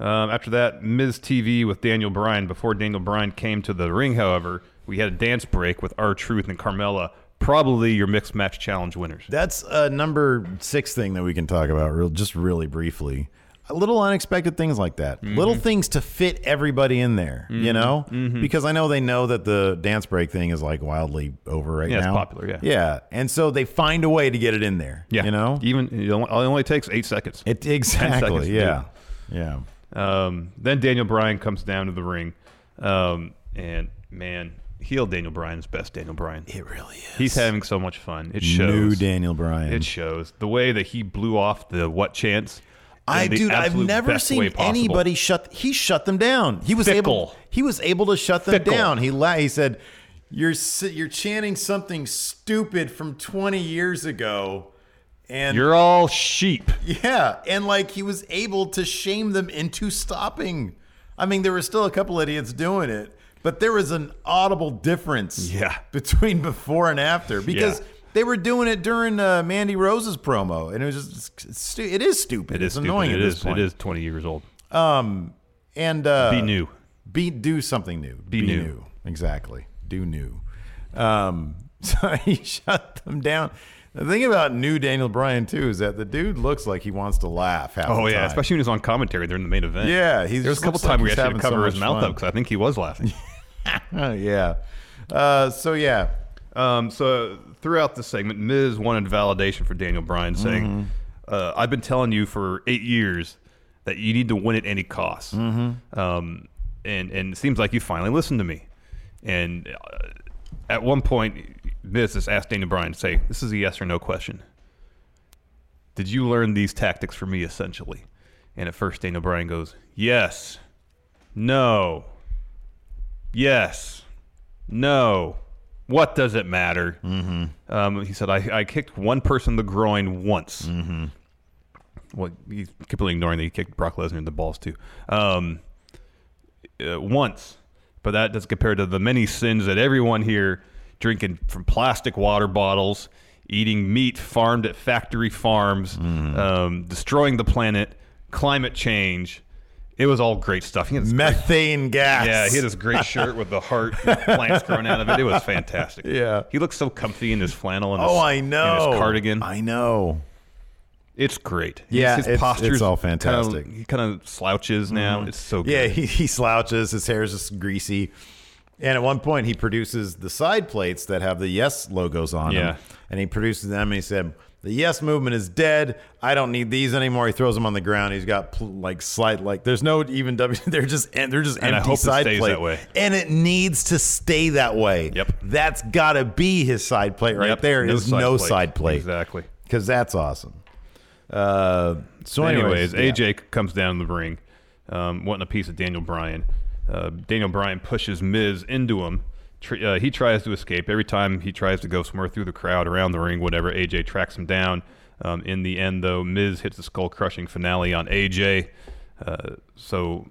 S11: Um, after that, Ms. TV with Daniel Bryan. Before Daniel Bryan came to the ring, however, we had a dance break with R Truth and Carmella, probably your mixed match challenge winners.
S10: That's a number six thing that we can talk about real just really briefly. Little unexpected things like that.
S11: Mm-hmm.
S10: Little things to fit everybody in there, you
S11: Mhm.
S10: know?
S11: Mhm.
S10: Because I know they know that the dance break thing is like wildly over right
S11: Yeah, it's
S10: now.
S11: popular, yeah.
S10: Yeah. And so they find a way to get it in there.
S11: Yeah, you know, even it only- it only takes eight seconds.
S10: It
S11: seconds
S10: exactly.
S11: to
S10: Yeah.
S11: do.
S10: Yeah.
S11: Um, then Daniel Bryan comes down to the ring, um, and man, heel Daniel Bryan's best Daniel Bryan. It
S10: really is.
S11: He's having so much fun. It shows.
S10: New Daniel Bryan.
S11: It shows the way that he blew off the what chance.
S10: I
S11: in the
S10: dude, I've
S11: absolute
S10: never
S11: best way
S10: seen
S11: possible.
S10: anybody shut. He shut them down. He was able.
S11: Fickle.
S10: He was able to shut them
S11: Fickle.
S10: down. He la- he said, "You're s- you're chanting something stupid from 20 years ago, and
S11: You're all sheep."
S10: Yeah, and like he was able to shame them into stopping. I mean, there were still a couple idiots doing it, but there was an audible difference.
S11: Yeah.
S10: between before and after because.
S11: Yeah.
S10: They were doing it during uh, Mandy Rose's promo, and it was just stu- it is stupid.
S11: It
S10: it's
S11: is
S10: annoying
S11: stupid.
S10: at
S11: It
S10: this
S11: is-
S10: point.
S11: It is 20 years old.
S10: Um, and uh,
S11: Be new.
S10: Be do something new.
S11: Be new.
S10: Exactly. Do new. Um, so he shut them down. The thing about new Daniel Bryan too is that the dude looks like he wants to laugh. Half
S11: Oh
S10: the
S11: yeah,
S10: time.
S11: especially when he's on commentary during the main event.
S10: Yeah, he
S11: there was
S10: just
S11: a couple
S10: looks like
S11: times we
S10: he's
S11: actually had
S10: having
S11: to
S10: so
S11: cover his
S10: much
S11: mouth
S10: fun.
S11: up because I think he was laughing.
S10: yeah. Uh, so yeah.
S11: Um, so throughout the segment, Miz wanted validation for Daniel Bryan, saying,
S10: Mhm.
S11: uh, "I've been telling you for eight years that you need to win at any cost,
S10: Mhm.
S11: um, and and it seems like you finally listened to me." And uh, at one point, Miz has asked Daniel Bryan, "Say this is a yes or no question. Did you learn these tactics from me, essentially?" And at first, Daniel Bryan goes, "Yes, no, yes." No. What does it matter? Mm-hmm. Um, he said, I, I kicked one person in the groin once. Mm-hmm. Well, he's completely ignoring that he kicked Brock Lesnar in the balls, too. Um, uh, once. But that does compare to the many sins that everyone here drinking from plastic water bottles, eating meat farmed at factory farms, um, destroying the planet, climate change. It was all great stuff. He had this great-
S10: Methane gas.
S11: yeah, he had this great shirt with the heart with plants growing out of it. It was fantastic.
S10: Yeah.
S11: He looks so comfy in his flannel and his,
S10: Oh, I
S11: and
S10: know.
S11: his cardigan.
S10: I know.
S11: It's great.
S10: Yeah,
S11: his,
S10: it's- it's
S11: posture's
S10: all
S11: kinda-
S10: fantastic.
S11: he kind of slouches now.
S10: Mhm.
S11: It's so good.
S10: Yeah, he, he slouches. His hair is just greasy. And at one point, he produces the side plates that have the Yes logos on
S11: Yeah.
S10: them. And he produces them and he said, The Yes movement is dead. I don't need these anymore. He throws them on the ground. He's got pl- like slight, like, there's no even W. They're just, and they're just
S11: And I
S10: empty
S11: hope it
S10: side
S11: stays
S10: plate.
S11: that way.
S10: And it needs to stay that way. Yep. That's got to be his side plate right
S11: Yep,
S10: there.
S11: no
S10: Is
S11: side
S10: no
S11: plate.
S10: side plate.
S11: Exactly.
S10: Because that's awesome. Uh, so, anyways, yeah.
S11: AJ comes down in the ring, um, wanting a piece of Daniel Bryan. Uh, Daniel Bryan pushes Miz into him. Tr- uh, he tries to escape. Every time he tries to go somewhere through the crowd, around the ring, whatever, AJ tracks him down. Um, in the end, though, Miz hits the skull crushing finale on AJ. Uh, so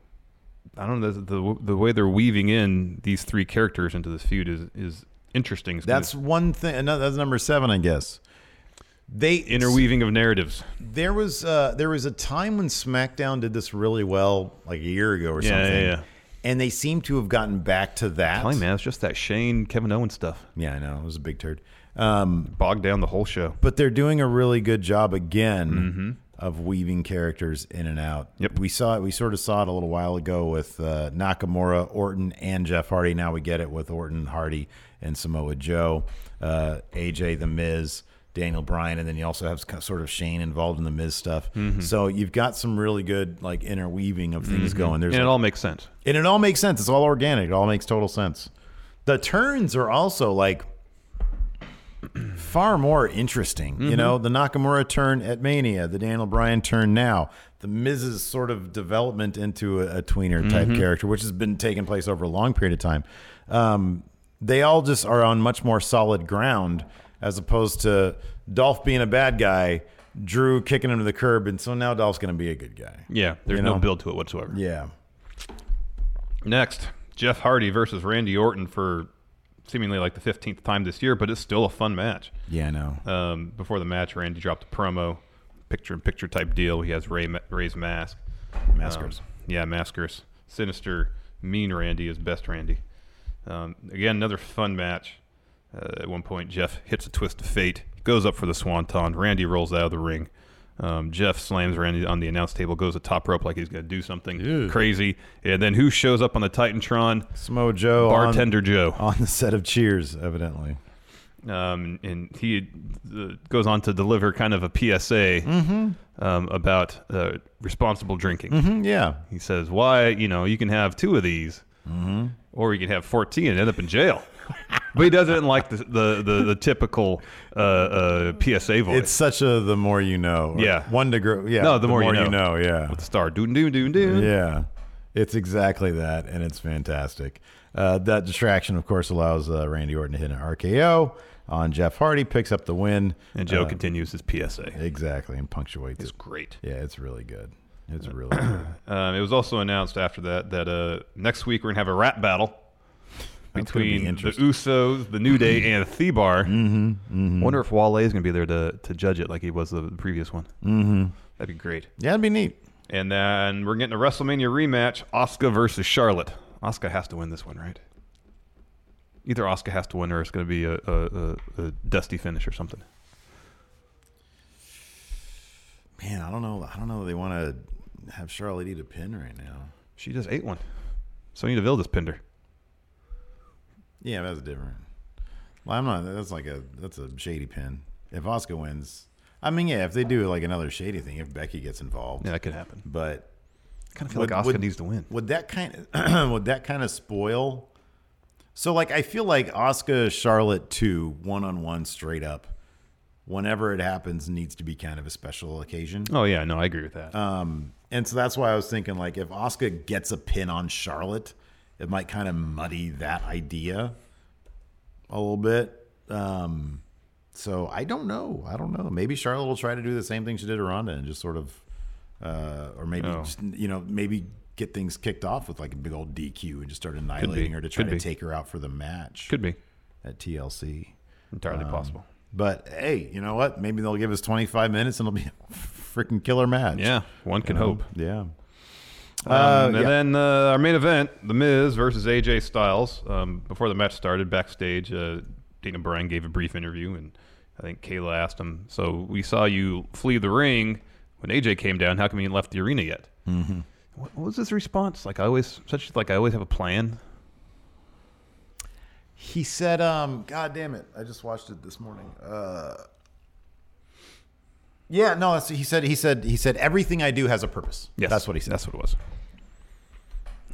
S11: I don't know the, the the way they're weaving in these three characters into this feud is is interesting. It's gonna-
S10: That's one thing. Another, that's number seven, I guess. They
S11: interweaving of narratives.
S10: There was uh, there was a time when SmackDown did this really well, like a year ago or
S11: Yeah,
S10: something.
S11: yeah, yeah.
S10: And they seem to have gotten back to that.
S11: Telling you, man, it's just that Shane Kevin Owens stuff.
S10: Yeah, I know it was a big turd. Um,
S11: bogged down the whole show.
S10: But they're doing a really good job again
S11: Mm-hmm.
S10: of weaving characters in and out. Yep. We saw it. We sort of saw it a little while ago with uh, Nakamura, Orton, and Jeff Hardy. Now we get it with Orton, Hardy, and Samoa Joe, uh, AJ, The Miz, Daniel Bryan, and then you also have sort of Shane involved in the Miz stuff.
S11: Mhm.
S10: So you've got some really good like interweaving of things
S11: Mhm.
S10: going. There's
S11: and it all makes sense.
S10: and it all makes sense. It's all organic. It all makes total sense. The turns are also like far more interesting. You
S11: Mhm.
S10: know, the Nakamura turn at Mania, the Daniel Bryan turn now, the Miz's sort of development into a, a tweener type
S11: Mhm.
S10: character, which has been taking place over a long period of time. Um, they all just are on much more solid ground as opposed to Dolph being a bad guy, Drew kicking him to the curb, and so now Dolph's going to be a good guy.
S11: Yeah, there's
S10: You
S11: no
S10: know?
S11: build to it whatsoever.
S10: Yeah.
S11: Next, Jeff Hardy versus Randy Orton for seemingly like the 15th time this year, but it's still a fun match.
S10: Yeah, I know.
S11: Um, before the match, Randy dropped a promo, picture in picture type deal. He has Ray, Ray's mask.
S10: Maskers.
S11: Um, yeah, maskers. Sinister, mean Randy is best Randy. Um, again, another fun match. Uh, at one point, Jeff hits a twist of fate, goes up for the swanton. Randy rolls out of the ring. Um, Jeff slams Randy on the announce table, goes to top rope like he's going to do something crazy. And then who shows up on the Titantron?
S10: Samoa Joe. on-
S11: Bartender Joe.
S10: On the set of Cheers, evidently.
S11: um, and he uh, goes on to deliver kind of a PSA
S10: Mhm.
S11: um, about uh, responsible drinking.
S10: Mhm, yeah.
S11: he says why you know you can have two of these,
S10: Mm-hmm.
S11: or you can have fourteen and end up in jail. but he doesn't like the the the, the typical uh, uh, PSA voice.
S10: It's such a the more you know.
S11: yeah,
S10: One degree. Yeah.
S11: No, the, more, you, know.
S10: Yeah.
S11: With the star, doon doon doon doon.
S10: Yeah. It's exactly that, and it's fantastic. Uh, that distraction, of course, allows uh, Randy Orton to hit an RKO on Jeff Hardy, picks up the win.
S11: And Joe
S10: Uh,
S11: continues his PSA.
S10: Exactly, and punctuates
S11: It's
S10: it.
S11: great.
S10: Yeah, it's really good. It's really good.
S11: Um, it was also announced after that that uh, next week we're gonna have a rap battle
S10: That's gonna be
S11: between the
S10: interesting.
S11: Usos, the New Day, and Thebar.
S10: Mm-hmm, mhm.
S11: Wonder if Wale is gonna be there to to judge it like he was the previous one. Mm-hmm.
S10: Mhm.
S11: That'd be great.
S10: Yeah, it'd be neat.
S11: And then we're getting a WrestleMania rematch: Oscar versus Charlotte. Oscar has to win this one, right? Either Oscar has to win, or it's gonna be a, a, a, a dusty finish or something.
S10: Man, I don't know. I don't know. if They want to have Charlotte eat a pin right now.
S11: She just ate one. Sonya Deville just pinned her.
S10: Yeah, that's different. Well, I'm not. That's like a that's a shady pin. If Oscar wins, I mean, yeah, if they do like another shady thing, if Becky gets involved,
S11: Yeah, that could happen.
S10: But
S11: Kind of feel like Oscar needs to win.
S10: Would that kind of would that kind of spoil? So like, I feel like Oscar Charlotte two one on one straight up. Whenever it happens, needs to be kind of a special occasion.
S11: Oh yeah, no, I agree with that.
S10: Um, and so that's why I was thinking like if Oscar gets a pin on Charlotte, it might kind of muddy that idea a little bit. Um, so I don't know. I don't know. Maybe Charlotte will try to do the same thing she did to Ronda and just sort of, uh, or maybe
S11: Oh.
S10: just, you know maybe get things kicked off with like a big old DQ and just start annihilating her to try
S11: Could
S10: to
S11: be.
S10: take her out for the match.
S11: Could be
S10: at TLC.
S11: Entirely
S10: Um,
S11: possible.
S10: But hey, you know what? Maybe they'll give us 25 minutes and it'll be a freaking killer match.
S11: Yeah, one
S10: You
S11: can
S10: know?
S11: hope.
S10: Yeah. Um, Uh,
S11: Um, and
S10: yeah.
S11: then uh, our main event, The Miz versus AJ Styles. Um, before the match started, backstage, uh, Dana Bryan gave a brief interview, and I think Kayla asked him, So we saw you flee the ring when AJ came down. How come you left the arena yet?
S10: Mm-hmm.
S11: What, what was his response? Like, I always, such like, I always have a plan.
S10: He said, um, God damn it. I just watched it this morning. Uh, yeah, no, that's, he said, he said, he said, everything I do has a purpose.
S11: Yes.
S10: That's what he said.
S11: That's what it was.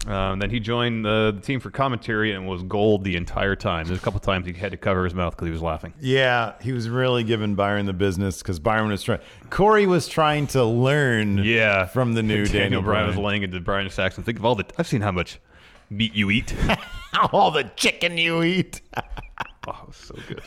S11: Um, then he joined the, the team for commentary and was gold the entire time. There's a couple times he had to cover his mouth because he was laughing.
S10: Yeah, he was really giving Byron the business because Byron was trying. Corey was trying to learn. Yeah, from the new Daniel,
S11: Daniel Bryan was
S10: Bryan.
S11: laying into Brian Saxon. Think of all the I've seen how much meat you eat.
S10: all the chicken you eat.
S11: oh, so good.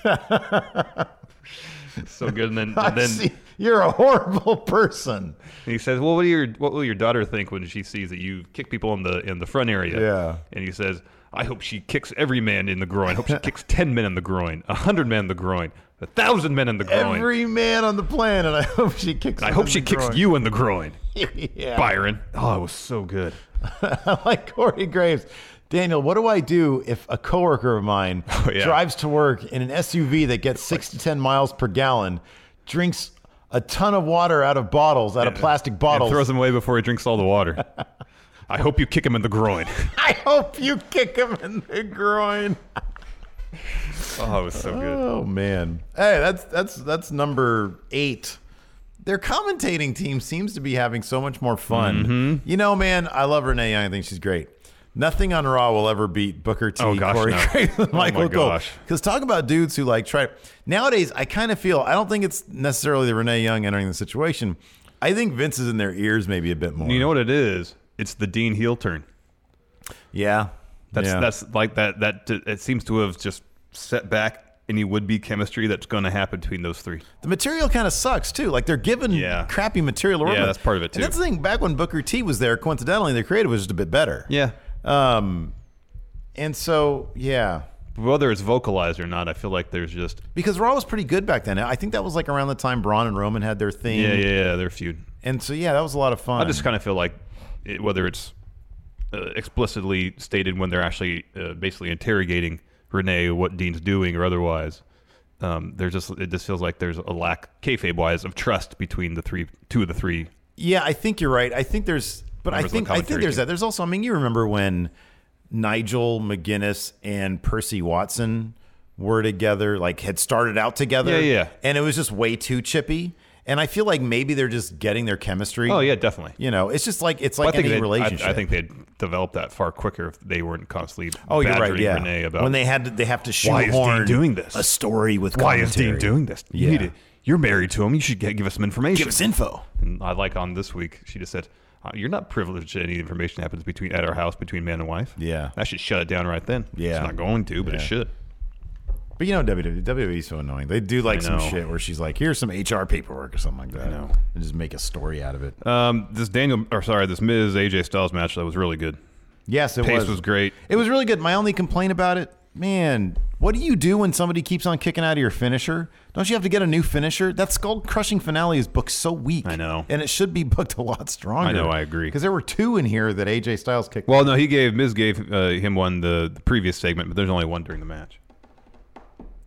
S11: so good. And then,
S10: I
S11: and then
S10: see. You're a horrible person.
S11: And he says, "Well, what, do your, what will your daughter think when she sees that you kick people in the in the front area?"
S10: Yeah.
S11: And he says, "I hope she kicks every man in the groin. I hope she kicks ten men in the groin, a hundred men in the groin, a thousand men in the groin.
S10: Every man on the planet. I hope she kicks.
S11: And I
S10: him
S11: hope
S10: in
S11: she
S10: the
S11: kicks
S10: groin.
S11: you in the groin,
S10: yeah.
S11: Byron. Oh, it was so good.
S10: I like Corey Graves. Daniel, what do I do if a coworker of mine
S11: Oh, yeah.
S10: drives to work in an SUV that gets six to ten miles per gallon, drinks a ton of water out of bottles, out of plastic bottles?
S11: And throws him away before he drinks all the water. I hope you kick him in the groin.
S10: I hope you kick him in the groin.
S11: Oh, it was so good.
S10: Oh man. Hey, that's that's that's number eight. Their commentating team seems to be having so much more fun.
S11: Mm-hmm.
S10: You know, man, I love Renee Young. I think she's great. Nothing on Raw will ever beat Booker T,
S11: Oh, gosh,
S10: Corey
S11: no.
S10: Graves, and
S11: Oh, my
S10: Michael
S11: gosh.
S10: Because talk about dudes who like try. Nowadays, I kind of feel I don't think it's necessarily the Renee Young entering the situation. I think Vince is in their ears maybe a bit more.
S11: You know what it is? It's the Dean heel turn.
S10: Yeah,
S11: that's
S10: Yeah.
S11: that's like that. That it seems to have just set back any would be chemistry that's going to happen between those three.
S10: The material kind of sucks too. Like they're given crappy material.
S11: Yeah,
S10: around.
S11: that's part of it,
S10: And that's
S11: too.
S10: the thing. Back when Booker T was there, coincidentally, their creative was just a bit better.
S11: Yeah.
S10: Um, and so yeah,
S11: Whether it's vocalized or not, I feel like there's just
S10: because Raw was pretty good back then. I think that was like around the time Braun and Roman had their thing.
S11: yeah, yeah, yeah. Their feud.
S10: And so yeah, that was a lot of fun.
S11: I just kind of feel like it, whether it's uh, explicitly stated when they're actually uh, basically interrogating Renee what Dean's doing or otherwise. Um, there's just it just feels like there's a lack kayfabe wise of trust between the three two of the three
S10: Yeah, I think you're right. I think there's, but I
S11: Members of the
S10: think I think
S11: commentary
S10: there's
S11: team.
S10: that. There's also, I mean, you remember when Nigel McGuinness and Percy Watson were together, like had started out together.
S11: Yeah, yeah.
S10: And it was just way too chippy. And I feel like maybe they're just getting their chemistry.
S11: Oh yeah, definitely.
S10: You know, it's just like it's
S11: Well,
S10: like any
S11: they'd-
S10: relationship.
S11: I, I think they'd develop that far quicker if they weren't constantly
S10: Oh, you're
S11: badgering
S10: right. Yeah,
S11: Renee about
S10: when they had to, they have to
S11: why
S10: shoehorn
S11: is Dean doing this
S10: a story with
S11: why is Dean
S10: commentary.
S11: doing this? You
S10: Yeah.
S11: need to, you're married to him. You should get, give us some information.
S10: Give us info.
S11: And I like on this week. She just said. "Uh, You're not privileged to any information that happens between at our house between man and wife.
S10: Yeah,
S11: that should shut it down right then.
S10: Yeah.
S11: it's not going to, but it
S10: Yeah.
S11: should.
S10: But you know, E, WWE, WWE is so annoying. They do like
S11: I
S10: some
S11: know.
S10: shit where she's like, "Here's some HR paperwork" or something like that, and just make a story out of it.
S11: Um, this Daniel, or sorry, this Miz AJ Styles match that was really good.
S10: Yes, it
S11: Pace
S10: was.
S11: was great.
S10: It was really good. My only complaint about it, man, what do you do when somebody keeps on kicking out of your finisher? Don't you have to get a new finisher? That skull crushing finale is booked so weak. I know. And it should be booked a lot stronger.
S11: I know, I agree.
S10: Because there were two in here that AJ Styles kicked.
S11: Well, no, he gave Miz gave uh, him one the, the previous segment, but there's only one during the match.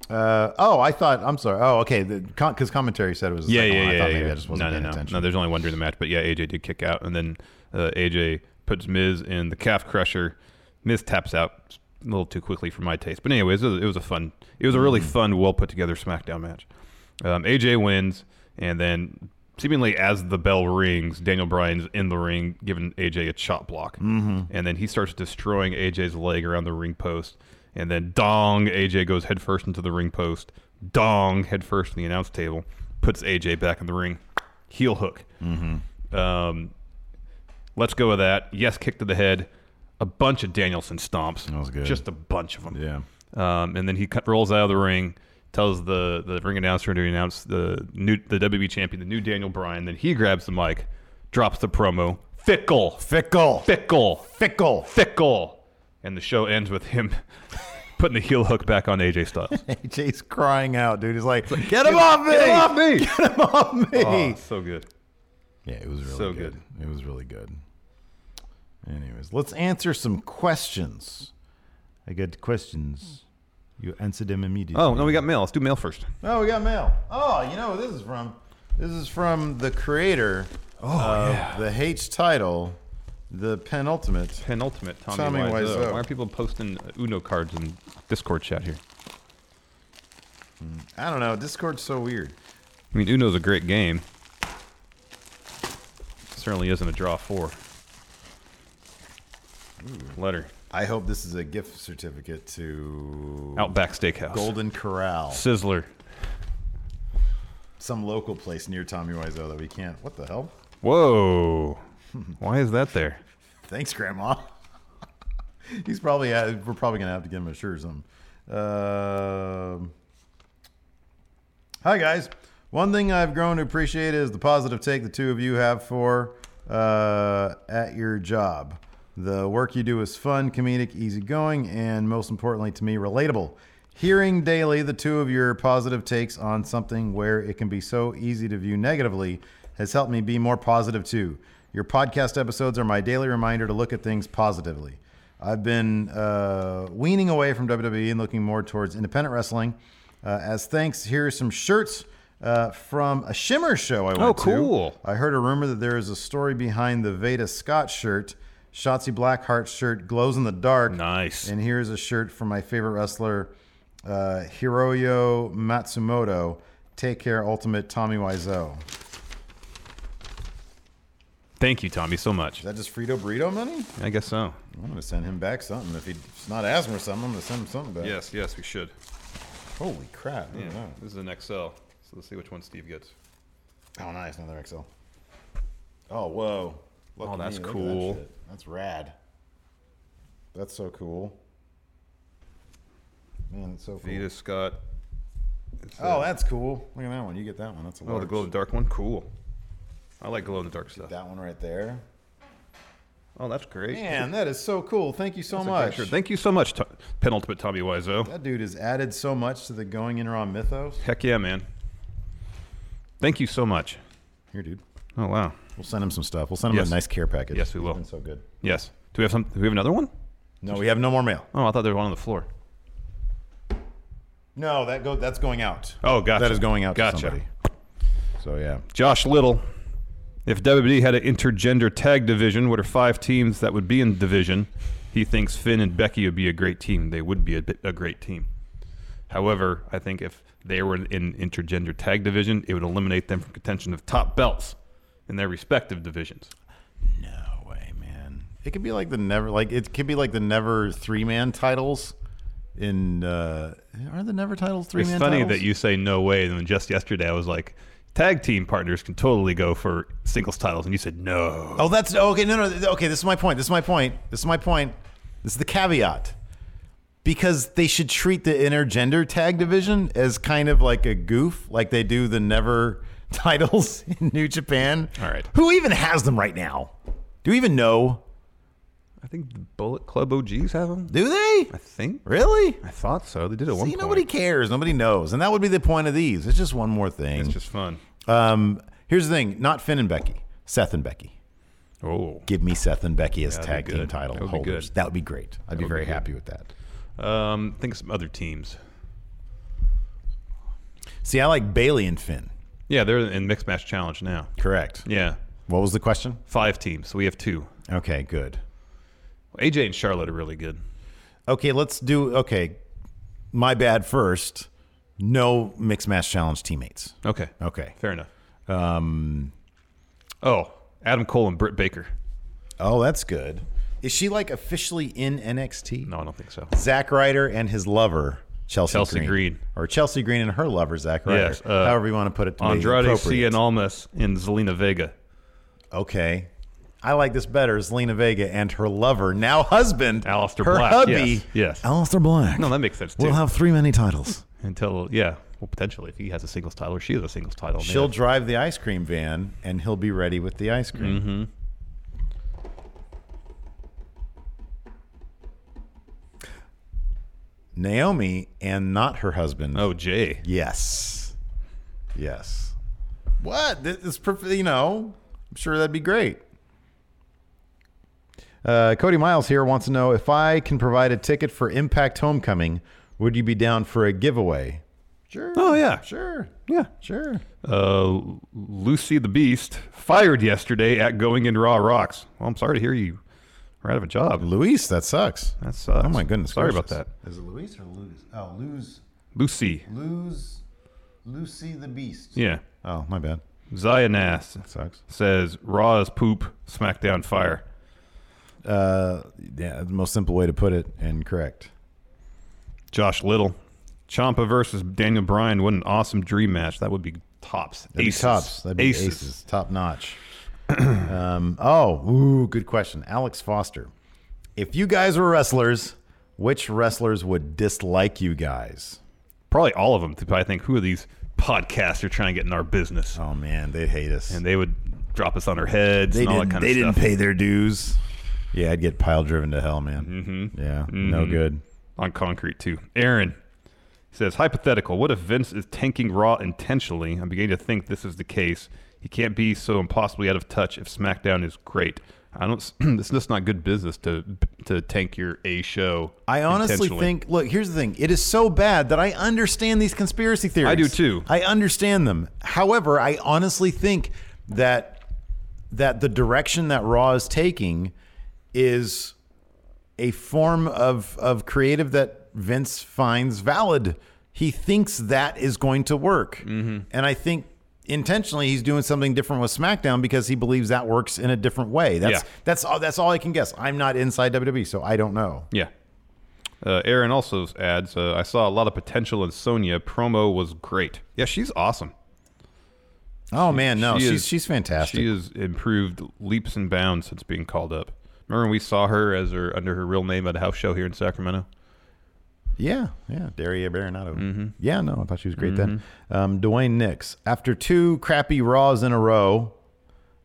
S10: Uh, oh, I thought, I'm sorry. Oh, okay. Because commentary said it was the
S11: yeah,
S10: second
S11: yeah,
S10: one. I
S11: yeah,
S10: thought
S11: yeah.
S10: maybe I just wasn't
S11: no,
S10: paying
S11: no, no.
S10: attention.
S11: No, there's only one during the match, but yeah, AJ did kick out, and then uh, AJ puts Miz in the calf crusher. Miz taps out a little too quickly for my taste, but anyways, it was, it was a fun, it was a really fun, well put together SmackDown match. Um, AJ wins, and then seemingly as the bell rings, Daniel Bryan's in the ring, giving AJ a chop block,
S10: Mhm.
S11: and then he starts destroying AJ's leg around the ring post. And then dong, AJ goes headfirst into the ring post. Dong, headfirst in the announce table. Puts AJ back in the ring. Heel hook. Mm-hmm. Um, let's go with that. Yes, kick to the head. A bunch of Danielson stomps. That was
S10: good.
S11: Just a bunch of them.
S10: Yeah.
S11: Um, and then he cut, rolls out of the ring, tells the, the ring announcer to announce the new the WB champion, the new Daniel Bryan. Then he grabs the mic, drops the promo. Fickle,
S10: fickle,
S11: fickle,
S10: fickle,
S11: fickle, and the show ends with him putting the heel hook back on AJ Styles.
S10: AJ's crying out, dude. He's like, get
S11: Get-
S10: him off me!
S11: get him off me!"
S10: Get him off me!
S11: Oh, so good.
S10: Yeah, it was really
S11: So
S10: good. It was really good. Anyways, let's answer some questions. I got questions. You answer them immediately.
S11: Oh no, we got mail. Let's do mail first.
S10: Oh, we got mail. Oh, you know who this is from? This is from the creator of the H title, the penultimate.
S11: Penultimate, Tommy,
S10: Tommy
S11: Wiseau.
S10: Wiseau.
S11: Why are people posting Uno cards in Discord chat here?
S10: I don't know. Discord's so weird.
S11: I mean, Uno's a great game. Certainly isn't a draw four. letter.
S10: I hope this is a gift certificate to
S11: Outback Steakhouse.
S10: Golden Corral,
S11: Sizzler.
S10: some local place near Tommy Wiseau that we can't. What the hell?
S11: Whoa. Why is that there?
S10: Thanks, Grandma. He's probably uh, we're probably gonna have to give him a shirt or something. Um hi guys. One thing I've grown to appreciate is the positive take the two of you have for uh, at your job. The work you do is fun, comedic, easygoing, and most importantly to me, relatable. Hearing daily the two of your positive takes on something where it can be so easy to view negatively has helped me be more positive too. Your podcast episodes are my daily reminder to look at things positively. I've been uh, weaning away from WWE and looking more towards independent wrestling. Uh, as thanks, here are some shirts uh, from a Shimmer show I went
S11: Oh,
S10: to.
S11: cool.
S10: I heard a rumor that there is a story behind the Veda Scott shirt. Shotzi Blackheart shirt glows in the dark. Nice. And here's a shirt from my favorite wrestler, uh, Hiroyo Matsumoto. Take care, Ultimate Tommy Wiseau.
S11: Thank you, Tommy, so much. Is
S10: that just Frito Burrito money?
S11: I guess so.
S10: I'm gonna send him back something. If he's not asking for something, I'm gonna send him something back.
S11: Yes, yes, we should.
S10: Holy crap!
S11: Yeah,
S10: Yeah.
S11: this is an XL. So let's see which one Steve gets.
S10: Oh, nice, another XL. Oh, whoa! Look
S11: Oh,
S10: at
S11: that's
S10: me, look at that
S11: cool.
S10: shit. that's rad. That's so cool. Man, that's so cool.
S11: Vita Scott. It's,
S10: Oh,
S11: uh,
S10: that's cool. Look at that one. You get that one. That's a
S11: Oh, the
S10: large.
S11: glow in the dark one? Cool. I like glow in the dark stuff.
S10: That one right there.
S11: Oh, that's great.
S10: Man, that is so cool. Thank you so
S11: That's a great
S10: much.
S11: shirt. Thank you so much, to- penultimate Tommy Wiseau.
S10: That dude has added so much to the going in raw mythos.
S11: Heck yeah, man. Thank you so much.
S10: Here, dude.
S11: Oh wow.
S10: We'll send him some stuff. We'll send him a nice care package.
S11: Yes, we
S10: He's
S11: will.
S10: been so good.
S11: Yes. Do we have some? Do we have another one?
S10: No, we have no more mail.
S11: Oh, I thought there was one on the floor.
S10: No, that go that's going out.
S11: Oh, gotcha.
S10: That is going out
S11: Gotcha.
S10: to somebody. So yeah.
S11: Josh Little. If WWE had an intergender tag division, what are five teams that would be in division? He thinks Finn and Becky would be a great team. They would be a, bit- a great team. However, I think if they were in intergender tag division, it would eliminate them from contention of top belts in their respective divisions.
S10: It could be like the never like it could be like the never three man titles in uh are the never titles three
S11: it's
S10: man
S11: funny
S10: titles?
S11: that you say no way, and then just yesterday I was like, tag team partners can totally go for singles titles, and you said no.
S10: Oh, that's okay. No, no. th- Okay, this is my point. This is my point. This is my point. This is the caveat. Because they should treat the intergender tag division as kind of like a goof, like they do the never titles in New Japan. All right. Who even has them right now? Do we even know?
S11: I think the Bullet Club OGs have them.
S10: Do they?
S11: I think.
S10: Really?
S11: I thought so. They did it
S10: See,
S11: one point.
S10: nobody cares. Nobody knows. And that would be the point of these. It's just one more thing. It's
S11: just fun.
S10: Um, here's the thing not Finn and Becky, Seth and Becky.
S11: Oh.
S10: Give me Seth and Becky as
S11: That'd be
S10: tag team
S11: good.
S10: title
S11: That would be
S10: holders.
S11: good.
S10: That would be great. I'd
S11: That
S10: be
S11: would be
S10: very
S11: good.
S10: happy with that.
S11: Um, think of some other teams.
S10: See, I like Bailey and Finn.
S11: Yeah, they're in mixed match challenge now.
S10: Correct.
S11: Yeah.
S10: What was the question?
S11: Five teams. So we have two.
S10: Okay, good.
S11: AJ and Charlotte are really good.
S10: Okay, let's do. Okay, my bad. First, no mixed match challenge teammates.
S11: Okay.
S10: Okay,
S11: fair enough.
S10: Um,
S11: oh, Adam Cole and Britt Baker.
S10: Oh, that's good. Is she like officially in NXT?
S11: No, I don't think so.
S10: Zack Ryder and his lover Chelsea,
S11: Chelsea Green.
S10: or Chelsea Green and her lover Zack Ryder.
S11: Yes, uh,
S10: however you want to put it. To be
S11: Andrade
S10: appropriate.
S11: C. and Almas and Zelina Vega.
S10: Okay. I like this better. Zelina Vega and her lover, now husband,
S11: Alistair
S10: her
S11: Black.
S10: hubby,
S11: Yes. yes.
S10: Alistair Black.
S11: No, that makes sense too.
S10: We'll have three many titles.
S11: until yeah, well potentially if he has a singles title or she has a singles title.
S10: She'll
S11: man.
S10: drive the ice cream van, and he'll be ready with the ice cream.
S11: Mm-hmm.
S10: Naomi and not her husband.
S11: Oh, Jay.
S10: Yes. Yes. What? This is perfect. You know, I'm sure that'd be great. Uh, Cody Miles here wants to know if I can provide a ticket for Impact Homecoming, would you be down for a giveaway? Sure.
S11: Oh yeah,
S10: sure,
S11: yeah,
S10: sure.
S11: Uh, Lucy the Beast fired yesterday at Going in Raw Rocks. Well, I'm sorry to hear you are out of a job,
S10: Luis. That sucks.
S11: That sucks.
S10: Oh my goodness.
S11: Sorry about
S10: gracious.
S11: that,
S10: Is it Luis or Lose? Oh, Lose.
S11: Lucy.
S10: Lose. Lucy the Beast.
S11: Yeah.
S10: Oh my bad.
S11: Zion Nass
S10: sucks.
S11: Says Raw is poop. SmackDown fire.
S10: uh, yeah, the most simple way to put it and correct.
S11: Josh Little. Champa versus Daniel Bryan. What an awesome dream match. That would be tops.
S10: That'd be
S11: aces.
S10: tops. That'd be aces. Top notch. um, oh, ooh, good question. Alex Foster. If you guys were wrestlers, which wrestlers would dislike you guys?
S11: Probably all of them. I think who are these podcasts are trying to get in our business?
S10: Oh man, they hate us.
S11: And they would drop us on our heads
S10: They
S11: and all that
S10: didn't-
S11: kind
S10: they
S11: of
S10: didn't
S11: stuff.
S10: pay their dues. Yeah, I'd get pile driven to hell, man.
S11: Mm-hmm.
S10: Yeah, no good.
S11: On concrete, too. Aaron says, hypothetical, what if Vince is tanking Raw intentionally? I'm beginning to think this is the case. He can't be so impossibly out of touch if SmackDown is great. I don't. s- It's just not good business to to tank your A show.
S10: I honestly
S11: intentionally.
S10: think. Look, here's the thing. It is so bad that I understand these conspiracy theories.
S11: I do too.
S10: I understand them. However, I honestly think that that the direction that Raw is taking is a form of of creative that Vince finds valid. He thinks that is going to work,
S11: Mm-hmm.
S10: and I think intentionally he's doing something different with SmackDown because he believes that works in a different way. That's
S11: Yeah.
S10: that's all. That's all I can guess. I'm not inside WWE, so I don't know.
S11: Yeah. Uh, Aaron also adds, uh, I saw a lot of potential in Sonya. Promo was great. Yeah, she's awesome.
S10: Oh man, no, she's
S11: is-
S10: she's fantastic.
S11: She has improved leaps and bounds since being called up. Remember when we saw her as her under her real name at a house show here in Sacramento?
S10: yeah, yeah, Daria Baronato.
S11: Mm-hmm.
S10: Yeah, no, I thought she was great then. Um, Dwayne Nix, after two crappy Raws in a row,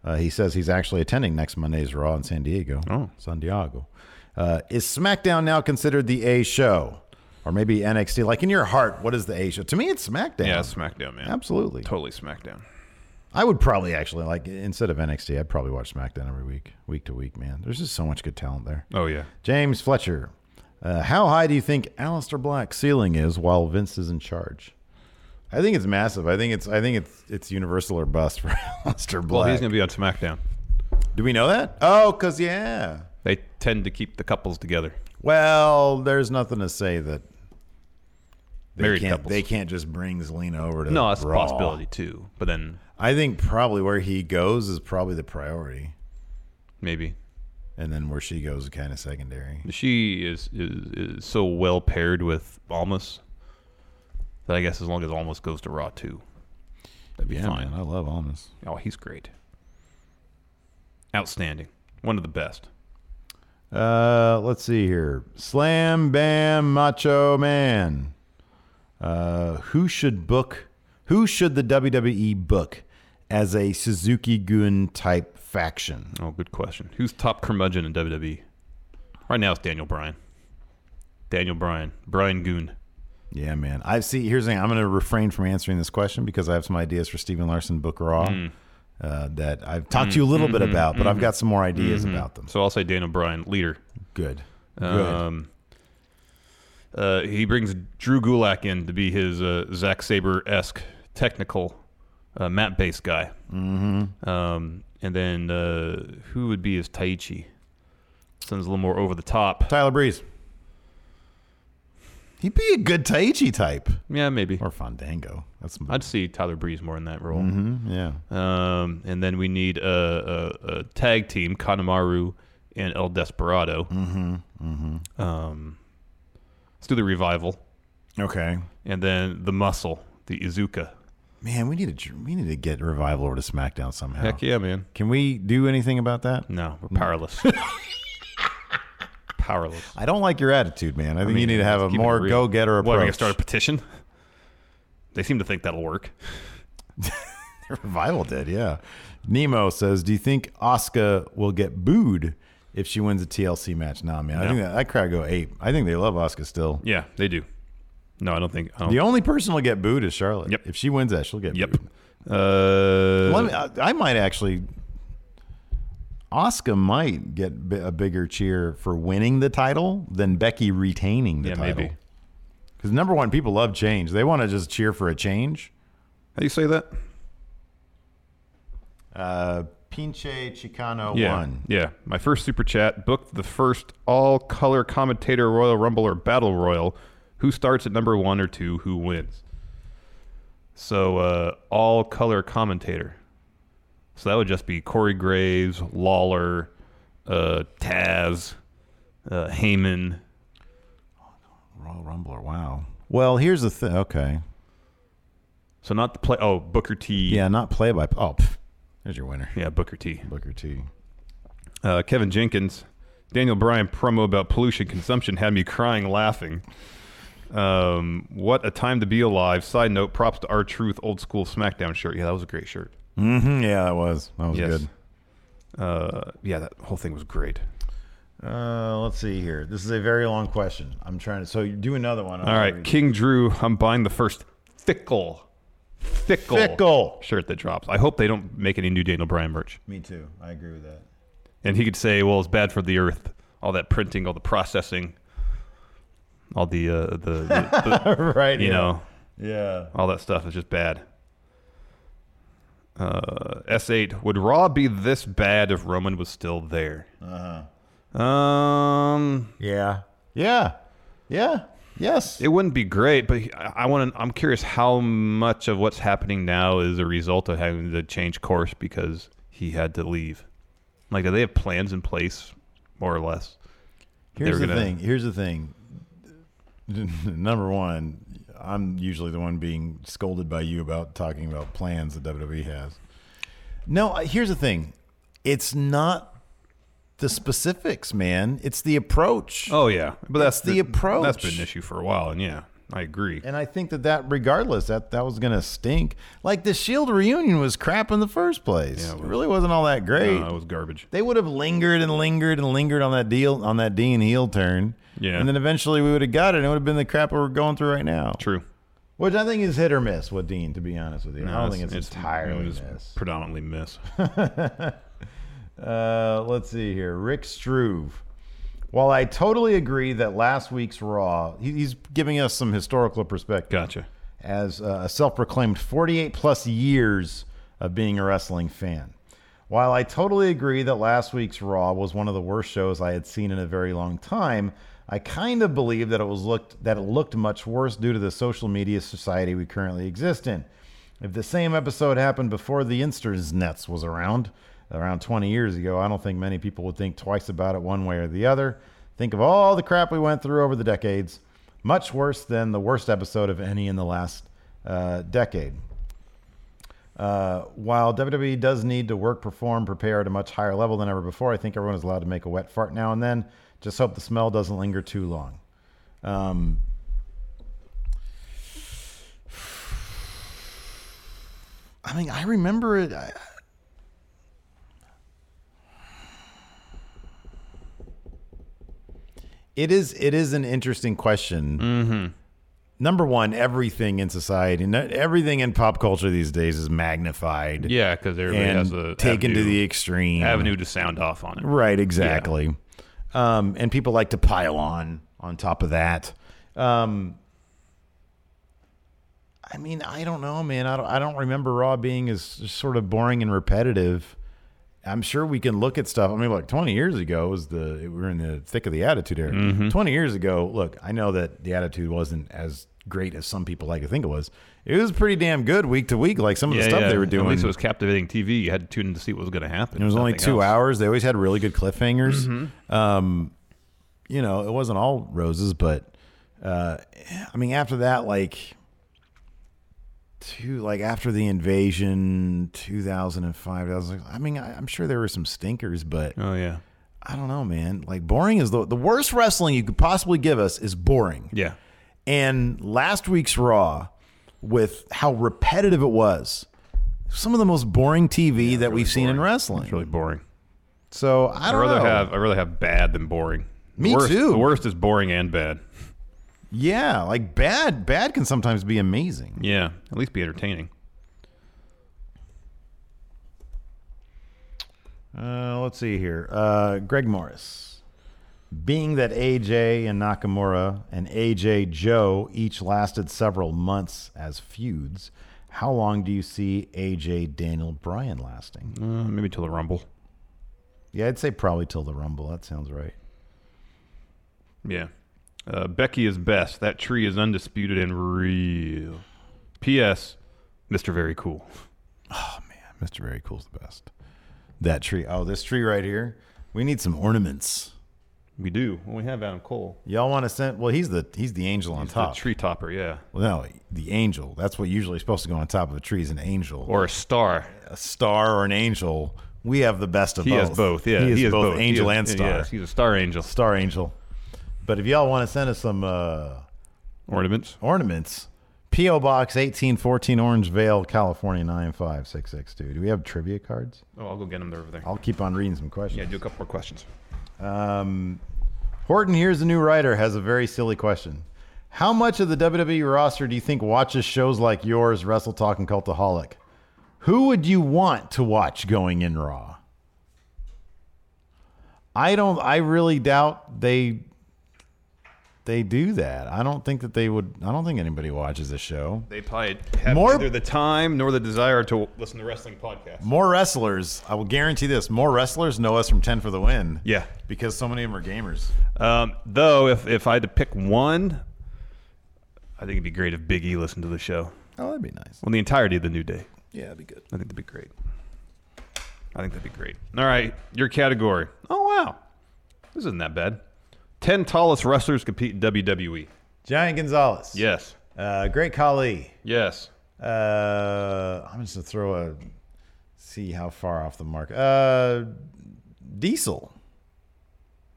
S10: uh, he says he's actually attending next Monday's Raw in San Diego. Oh, San Diego. Uh, is SmackDown now considered the A show, or maybe NXT? Like in your heart, what is the A show? To me, it's SmackDown.
S11: Yeah, SmackDown, man.
S10: Absolutely.
S11: Totally SmackDown.
S10: I would probably actually like instead of NXT, I'd probably watch SmackDown every week, week to week. Man, there's just so much good talent there.
S11: Oh, yeah.
S10: James Fletcher, uh, how high do you think Aleister Black's ceiling is while Vince is in charge? I think it's massive. I think it's I think it's it's universal or bust for Aleister Black.
S11: Well, he's going to be on SmackDown.
S10: do we know that? Oh, cause yeah.
S11: They tend to keep the couples together.
S10: Well, there's nothing to say that they
S11: Married
S10: can't
S11: couples.
S10: they can't just bring Zelina over to
S11: No, that's a
S10: Raw.
S11: possibility, too. But then
S10: I think probably where he goes is probably the priority.
S11: Maybe.
S10: And then where she goes is kind of secondary.
S11: she is, is, is so well paired with Almas that I guess as long as Almas goes to Raw, too, that'd be
S10: Yeah,
S11: fine.
S10: man, I love Almas.
S11: Oh, he's great. Outstanding. One of the best.
S10: Uh, let's see here. Slam Bam Macho Man. Uh, who should book? Who should the WWE book as a Suzuki Gun type faction?
S11: Oh, good question. Who's top curmudgeon in WWE? Right now it's Daniel Bryan. Daniel Bryan. Brian Goon.
S10: Yeah, man. I see. Here's the thing. I'm going to refrain from answering this question because I have some ideas for Steven Larson book Raw
S11: Hmm.
S10: uh, that I've talked to you a little bit
S11: Mhm,
S10: about, but I've
S11: mhm.
S10: got some more ideas
S11: Mhm.
S10: about them.
S11: So I'll say Daniel Bryan, leader.
S10: Good. Good.
S11: Um, Uh, he brings Drew Gulak in to be his uh, Zack Saber esque technical uh, map based guy. Mm-hmm. Um, and then uh, who would be his Taichi? Sounds a little more over the top.
S10: Tyler Breeze. He'd be a good Taichi type.
S11: Yeah, maybe.
S10: Or Fandango. That's
S11: I'd see Tyler Breeze more in that role.
S10: Mhm, yeah.
S11: Um, and then we need a, a, a tag team: Kanemaru and El Desperado. Mm-hmm. Mm-hmm. Um, let's do the revival.
S10: Okay.
S11: And then the muscle, the Izuka.
S10: Man, we need to we need to get revival over to SmackDown somehow.
S11: Heck yeah, man.
S10: Can we do anything about that?
S11: No, we're powerless. powerless.
S10: I don't like your attitude, man. I think you
S11: mean,
S10: need to have a
S11: let's keep it
S10: more
S11: real.
S10: go getter
S11: What,
S10: approach.
S11: are we gonna start a petition? They seem to think that'll work.
S10: Revival did, yeah. Nemo says, "Do you think Oscar will get booed if she wins a TLC match?" Nah, man. I
S11: No.
S10: think that, that crowd go ape. I think they love Oscar still.
S11: Yeah, they do. No, I don't think. I don't,
S10: The only person who'll get booed is Charlotte. Yep. If she wins that, she'll get yep. booed.
S11: Uh,
S10: Let me, I, I might actually. Oscar might get bi- a bigger cheer for winning the title than Becky retaining the
S11: Yeah,
S10: title.
S11: maybe.
S10: Because number one, people love change. They want to just cheer for a change.
S11: How do you say that?
S10: Uh, Pinche Chicano
S11: yeah,
S10: one.
S11: Yeah. My first super chat booked the first all color commentator Royal Rumble or Battle Royal. Who starts at number one or two? Who wins? So uh, all color commentator. So that would just be Corey Graves, Lawler, uh, Taz, uh, Heyman.
S10: Royal Rumbler. Wow. Well, here's the thing. Okay.
S11: So not the play. Oh, Booker T.
S10: Yeah, not play by. Oh, pff. there's your winner.
S11: Yeah, Booker T.
S10: Booker T.
S11: Uh, Kevin Jenkins, Daniel Bryan promo about pollution consumption had me crying laughing. Um, what a time to be alive. Side note: props to our truth old school SmackDown shirt. Yeah, that was a great shirt.
S10: Mm-hmm. Yeah, that was that was good.
S11: Uh, yeah, that whole thing was great.
S10: Uh, let's see here. This is a very long question. I'm trying to. So you do another one.
S11: All right, King Drew. I'm buying the first fickle, fickle,
S10: Fickle.
S11: shirt that drops. I hope they don't make any new Daniel Bryan merch.
S10: Me too. I agree with that.
S11: And he could say, "Well, it's bad for the earth. All that printing, all the processing, all the uh, the, the, the
S10: Right,
S11: you
S10: yeah.
S11: know,
S10: Yeah.
S11: all that stuff is just bad." Uh, S eight would Raw be this bad if Roman was still there? Uh-huh. Um.
S10: Yeah. Yeah. Yeah. Yes.
S11: It wouldn't be great, but he- I, I want to. I'm curious how much of what's happening now is a result of having to change course because he had to leave. Like, do they have plans in place, more or less? They
S10: Here's
S11: were
S10: the
S11: gonna-
S10: thing. Here's the thing. Number one, I'm usually the one being scolded by you about talking about plans that WWE has. No, uh, here's the thing. It's not the specifics, man. It's the approach.
S11: Oh yeah, but that's
S10: It's the approach.
S11: That's been an issue for a while, and yeah, I agree.
S10: And I think that that, regardless, that that was going to stink. Like the Shield reunion was crap in the first place. it, really wasn't all that great.
S11: No, it was garbage.
S10: They would have lingered and lingered and lingered on that deal on that Dean heel turn.
S11: Yeah.
S10: And then eventually we would have got it, and it would have been the crap we're going through right now.
S11: True.
S10: Which I think is hit or miss with Dean, to be honest with you. I don't think it's, entirely
S11: it was
S10: miss.
S11: predominantly miss.
S10: Uh, let's see here. Rick Struve. While I totally agree that last week's Raw, he- he's giving us some historical perspective.
S11: Gotcha.
S10: As uh, a self proclaimed 48 plus years of being a wrestling fan. While I totally agree that last week's Raw was one of the worst shows I had seen in a very long time, I kind of believe that it was looked that it looked much worse due to the social media society we currently exist in. If the same episode happened before the Insternets was around, around 20 years ago, I don't think many people would think twice about it one way or the other. Think of all the crap we went through over the decades. Much worse than the worst episode of any in the last uh, decade. Uh, while WWE does need to work, perform, prepare at a much higher level than ever before, I think everyone is allowed to make a wet fart now and then. Just hope the smell doesn't linger too long. Um, I mean, I remember it. I, it is it is an interesting question.
S11: Mm-hmm.
S10: Number one, everything in society, no- everything in pop culture these days is magnified.
S11: yeah, because everybody
S10: and
S11: has a
S10: taken to
S11: avenue-
S10: the extreme
S11: avenue to sound off on it.
S10: Right, exactly. Um, and people like to pile on on top of that. Um, I mean, I don't know, man. I don't, I don't remember Raw being as sort of boring and repetitive. I'm sure we can look at stuff. I mean, look, 20 years ago was the we were in the thick of the Attitude era.
S11: Mm-hmm.
S10: 20 years ago, look, I know that the Attitude wasn't as great as some people like to think it was. It was pretty damn good week to week. Like some of the
S11: Yeah,
S10: stuff
S11: yeah.
S10: they were doing.
S11: At least it was captivating TV. You had to tune in to see what was going to happen.
S10: It was only
S11: Nothing
S10: two
S11: else. Mm-hmm.
S10: hours. They always had really good cliffhangers. Um, you know, it wasn't all roses, but uh, I mean, after that, like two, like after the invasion, two thousand and five. I was like, I mean, I, I'm sure there were some stinkers, but
S11: oh yeah,
S10: I don't know, man. Like boring is the the worst wrestling you could possibly give us is boring.
S11: Yeah.
S10: And last week's Raw, with how repetitive it was, some of the most boring TV that we've seen in wrestling. It's
S11: really boring.
S10: So I don't
S11: would rather
S10: know.
S11: have I rather have bad than boring.
S10: Me
S11: Worst-
S10: too.
S11: The worst is boring and bad.
S10: yeah, like bad. Bad can sometimes be amazing.
S11: Yeah, at least be entertaining.
S10: Uh, let's see here. Uh, Greg Morris. Being that AJ and Nakamura and AJ Joe each lasted several months as feuds, how long do you see AJ Daniel Bryan lasting?
S11: Uh, maybe till the Rumble.
S10: Yeah, I'd say probably till the Rumble. That sounds right.
S11: Yeah. Uh, Becky is best. That tree is undisputed and real. P.S. Mr. Very Cool.
S10: Mr. Very Cool's the best. That tree. Oh, this tree right here. We need some ornaments.
S11: We do. Well, we have Adam Cole.
S10: Y'all want to send? Well, he's the he's the angel on
S11: He's the
S10: top.
S11: tree topper, yeah.
S10: Well, no, the angel. That's what usually is supposed to go on top of a tree is an angel
S11: Or a star.
S10: A star or an angel. We have the best of
S11: He
S10: both.
S11: has both, yeah.
S10: he is
S11: He has
S10: both
S11: both.
S10: angel
S11: He
S10: and
S11: is-
S10: star.
S11: yes, he's a star angel.
S10: Star angel. But if y'all want to send us some uh,
S11: ornaments,
S10: ornaments, PO Box eighteen fourteen Orange Vale, California nine five six six two. Do we have trivia cards?
S11: Oh, I'll go get him over there.
S10: I'll keep on reading some questions.
S11: Yeah, do a couple more questions.
S10: Um, Horton, here's a new writer, has a very silly question. How much of the WWE roster do you think watches shows like yours, Wrestle Talk and Cultaholic? Who would you want to watch going in Raw? I don't. I really doubt they they do that. I don't think that they would. I don't think anybody watches this show.
S11: They probably have
S10: More-
S11: neither the time nor the desire to listen to wrestling podcasts.
S10: More wrestlers. I will guarantee this. More wrestlers know us from Ten for the Win.
S11: Yeah.
S10: because so many of them are gamers.
S11: Um, though, if, if I had to pick one, I think it'd be great if Big E listened to the show.
S10: Oh, that'd be nice.
S11: On the entirety of the New Day.
S10: Yeah, that'd be good.
S11: I think that'd be great. I think that'd be great. All right, your category. Oh, wow. This isn't that bad. 10 tallest wrestlers compete in WWE.
S10: Giant Gonzalez.
S11: Yes.
S10: Uh, Great Khali.
S11: Yes.
S10: Uh, I'm just gonna throw a see how far off the mark. Uh, Diesel.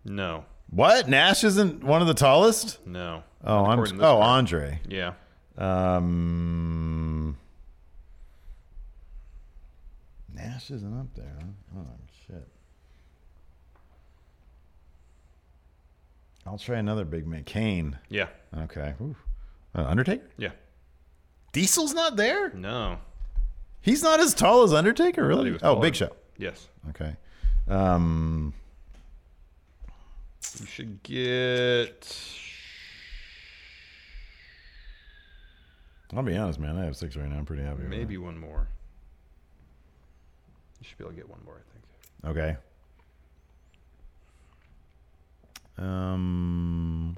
S11: No.
S10: What? Nash isn't one of the tallest.
S11: No.
S10: Oh,
S11: Not
S10: I'm.
S11: according to this
S10: Oh,
S11: chart.
S10: Andre.
S11: Yeah.
S10: Um. Nash isn't up there. huh? Oh shit. I'll try another big man. Kane.
S11: Yeah.
S10: Okay. Ooh. Uh, Undertaker.
S11: Yeah.
S10: Diesel's not there?
S11: No.
S10: He's not as tall as Undertaker,
S11: thought he
S10: really?
S11: was
S10: Oh,
S11: taller.
S10: Big Show.
S11: Yes.
S10: Okay. Um,
S11: You should get.
S10: I'll be honest, man. I have six right now. I'm pretty happy. with
S11: Maybe one more. You should be able to get one more, I think.
S10: that. Okay. Um.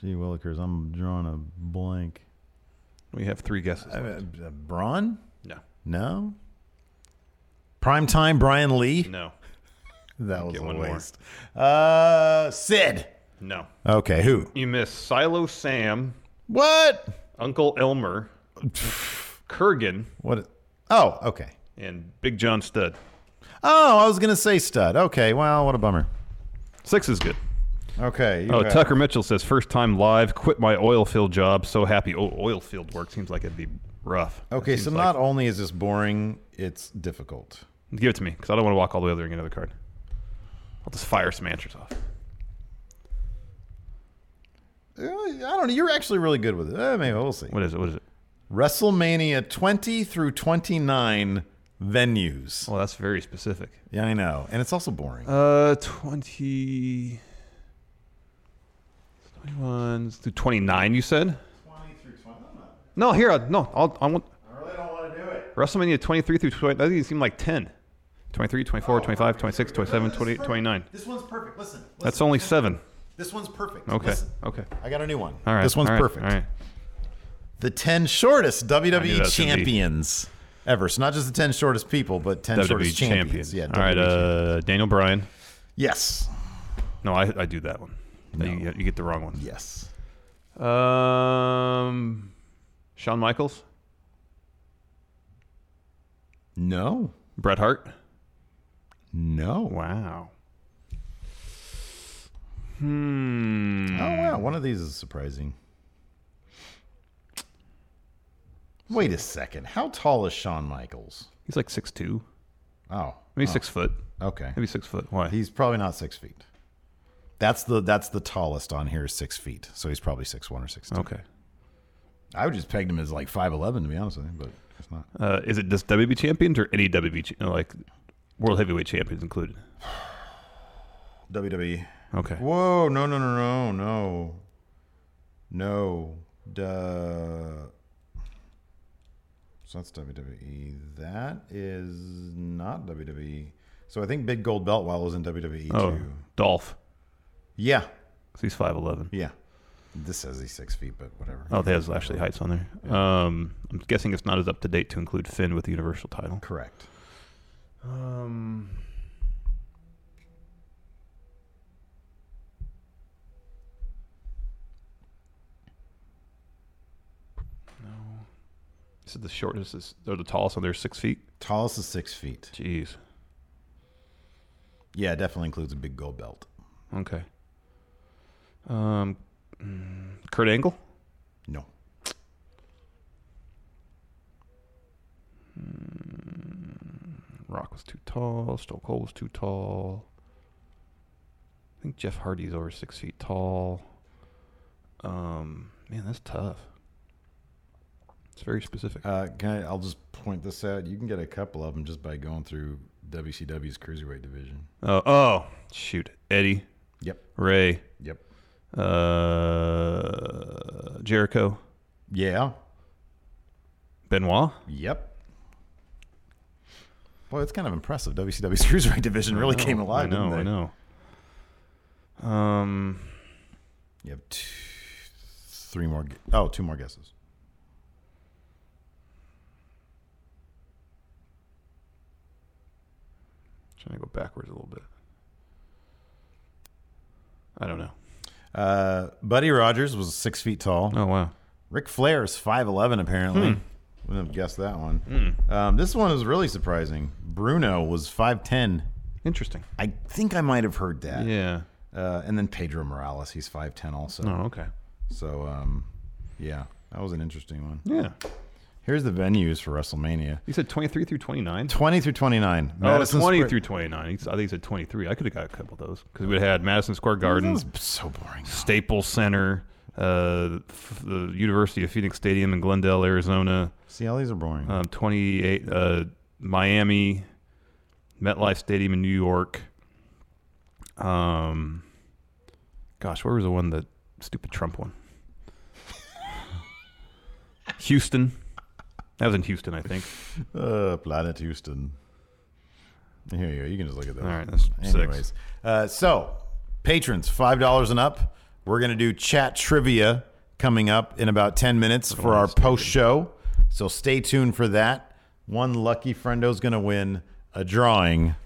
S10: Gee Willikers, I'm drawing a blank.
S11: We have three guesses.
S10: Braun?
S11: No.
S10: No. Primetime Brian Lee?
S11: No.
S10: That was
S11: Get
S10: a
S11: one more.
S10: waste. Uh, Sid.
S11: No.
S10: Okay, who?
S11: You miss Silo Sam.
S10: What?
S11: Uncle Elmer. Kurgan.
S10: What? Oh, okay.
S11: And Big John Studd.
S10: Oh, I was gonna say stud. Okay, well, what a bummer.
S11: Six is good.
S10: Okay. you
S11: Oh,
S10: got-
S11: Tucker Mitchell says first time live. Quit my oil field job. So happy. Oh, oil field work seems like it'd be rough.
S10: Okay, so not only is this boring, it's difficult.
S11: Give it to me because I don't want to walk all the way over there and get another card. I'll just fire Smashers off.
S10: Uh, I don't know. You're actually really good with it. Uh, maybe we'll see. What
S11: is it? What is it?
S10: WrestleMania 20 through 29 venues.
S11: Well, Oh, that's very specific.
S10: Yeah, I know, and it's also boring.
S11: Uh, 20. 21 through 29, you said? 20 through 20. No, here, I'll- no, I'll, I want. I really don't want to do it. WrestleMania 23 through 20. That doesn't seem like 10. 23, 24, 25, 26, 27, 28, 29.
S10: This one's perfect. Listen.
S11: That's only seven.
S10: This one's perfect.
S11: Okay.
S10: Listen.
S11: Okay.
S10: I got a new one.
S11: All right.
S10: This one's
S11: all right,
S10: perfect.
S11: All right.
S10: The 10 shortest
S11: I knew that
S10: WWE
S11: was gonna be-
S10: champions ever. So not just the 10 shortest people, but 10
S11: WWE
S10: shortest
S11: E champions.
S10: champions. Yeah.
S11: all right.
S10: WWE
S11: Uh, Daniel Bryan.
S10: Yes.
S11: No, I, I do that one. No. You, get- you get the wrong one.
S10: Yes.
S11: Um, Shawn Michaels.
S10: No.
S11: Bret Hart.
S10: No.
S11: Wow. Hmm.
S10: Oh wow, one of these is surprising. Wait a second. How tall is Shawn Michaels?
S11: He's like six two.
S10: Oh.
S11: Maybe
S10: oh.
S11: six foot.
S10: Okay.
S11: Maybe six foot. Why?
S10: He's probably not six feet. That's the that's the tallest on here is six feet. So he's probably six one or six two.
S11: Okay.
S10: I would just pegged him as like five eleven to be honest with you, but it's not.
S11: Uh, is it just WB champions or any WB cha- like world heavyweight champions included?
S10: WWE.
S11: Okay.
S10: Whoa, no no no no no. No. Duh. So that's WWE. E. That is not WWE. So I think Big Gold Belt while was in WWE
S11: Oh,
S10: too.
S11: Dolph.
S10: Yeah.
S11: 'Cause he's five eleven.
S10: Yeah. This says he's six feet, but whatever.
S11: Oh, they has Lashley Heights on there. Um, I'm guessing it's not as up to date to include Finn with the Universal title.
S10: Correct.
S9: Um,
S11: This is the shortest is, or the tallest on there, is six feet.
S10: Tallest is six feet.
S11: Jeez.
S10: Yeah, it definitely includes a big gold belt.
S11: Okay. Um, mm, Kurt Angle.
S10: No.
S11: Rock was too tall. Stone Cold was too tall. I think Jeff Hardy's over six feet tall. Um, man, that's tough. It's very specific.
S10: Uh, can I, I'll just point this out. You can get a couple of them just by going through WCW's cruiserweight division.
S11: Oh, oh, shoot, Eddie.
S10: Yep.
S11: Ray.
S10: Yep.
S11: Uh, Jericho.
S10: Yeah.
S11: Benoit.
S10: Yep. Boy, it's kind of impressive. WCW's cruiserweight division really
S11: I know,
S10: came alive.
S11: I know.
S10: didn't
S11: I
S10: they?
S11: know. Um,
S10: You have two, three more. gu- Oh, two more guesses.
S11: trying to go backwards a little bit. I don't know.
S10: Uh, Buddy Rogers was six feet tall.
S11: Oh wow.
S10: Ric Flair is five eleven apparently.
S11: Hmm.
S10: Wouldn't have guessed that one. Um, this one is really surprising. Bruno was five ten.
S11: Interesting.
S10: I think I might have heard that.
S11: Yeah.
S10: Uh, and then Pedro Morales, he's five ten also.
S11: Oh, okay.
S10: So um, yeah, that was an interesting one.
S11: Yeah.
S10: Here's the venues for WrestleMania.
S11: You said 23 through 29?
S10: 20 through 29. Madison
S11: oh, 20
S10: Square-
S11: through 29. He's- I think he said 23. I could have got a couple of those because we'd had Madison Square Garden.
S10: so boring.
S11: Staples Center, uh, f- the University of Phoenix Stadium in Glendale, Arizona.
S10: See, all these are boring.
S11: Um, 28, uh, Miami, MetLife Stadium in New York. Um, gosh, where was the one, the stupid Trump one? Houston. That was in Houston, I think.
S10: Uh, Planet Houston. Here you go. You can just look at that.
S11: All right, that's six.
S10: Anyways, uh, so patrons, five dollars and up. We're gonna do chat trivia coming up in about ten minutes for our post show. So stay tuned for that. One lucky friendo's gonna win a drawing.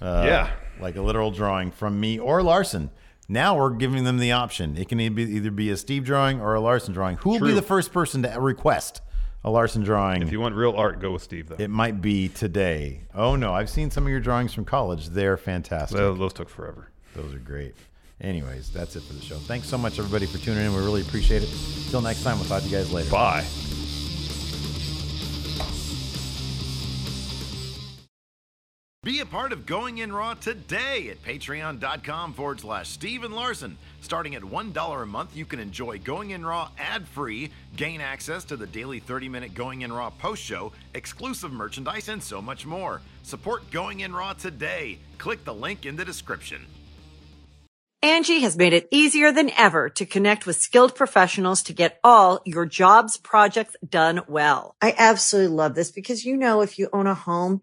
S10: Uh,
S11: Yeah.
S10: like a literal drawing from me or Larson. Now we're giving them the option. It can either be, either be a Steve drawing or a Larson drawing. Who will be
S11: True.
S10: the first person to request a Larson drawing?
S11: If you want real art, go with Steve, though.
S10: It might be today. Oh no, I've seen some of your drawings from college. They're fantastic.
S11: Well, those took forever.
S10: Those are great. Anyways, that's it for the show. Thanks so much everybody for tuning in. We really appreciate it. Till next time, we'll talk to you guys later.
S11: Bye.
S10: Be a part of Going In Raw today at patreon.com forward slash Steven Larson. Starting at $1 a month, you can enjoy Going In Raw ad free, gain access to the daily 30 minute Going In Raw post show, exclusive merchandise, and so much more. Support Going In Raw today. Click the link in the description.
S12: Angie has made it easier than ever to connect with skilled professionals to get all your jobs projects done well.
S13: I absolutely love this because, you know, if you own a home,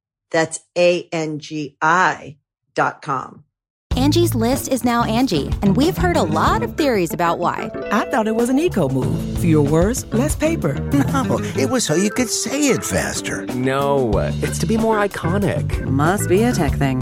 S13: That's A-N-G-I dot com.
S14: Angie's list is now Angie, and we've heard a lot of theories about why.
S15: I thought it was an eco move Fewer words, less paper.
S16: No, it was so you could say it faster. No, it's to be more iconic. Must be a tech thing.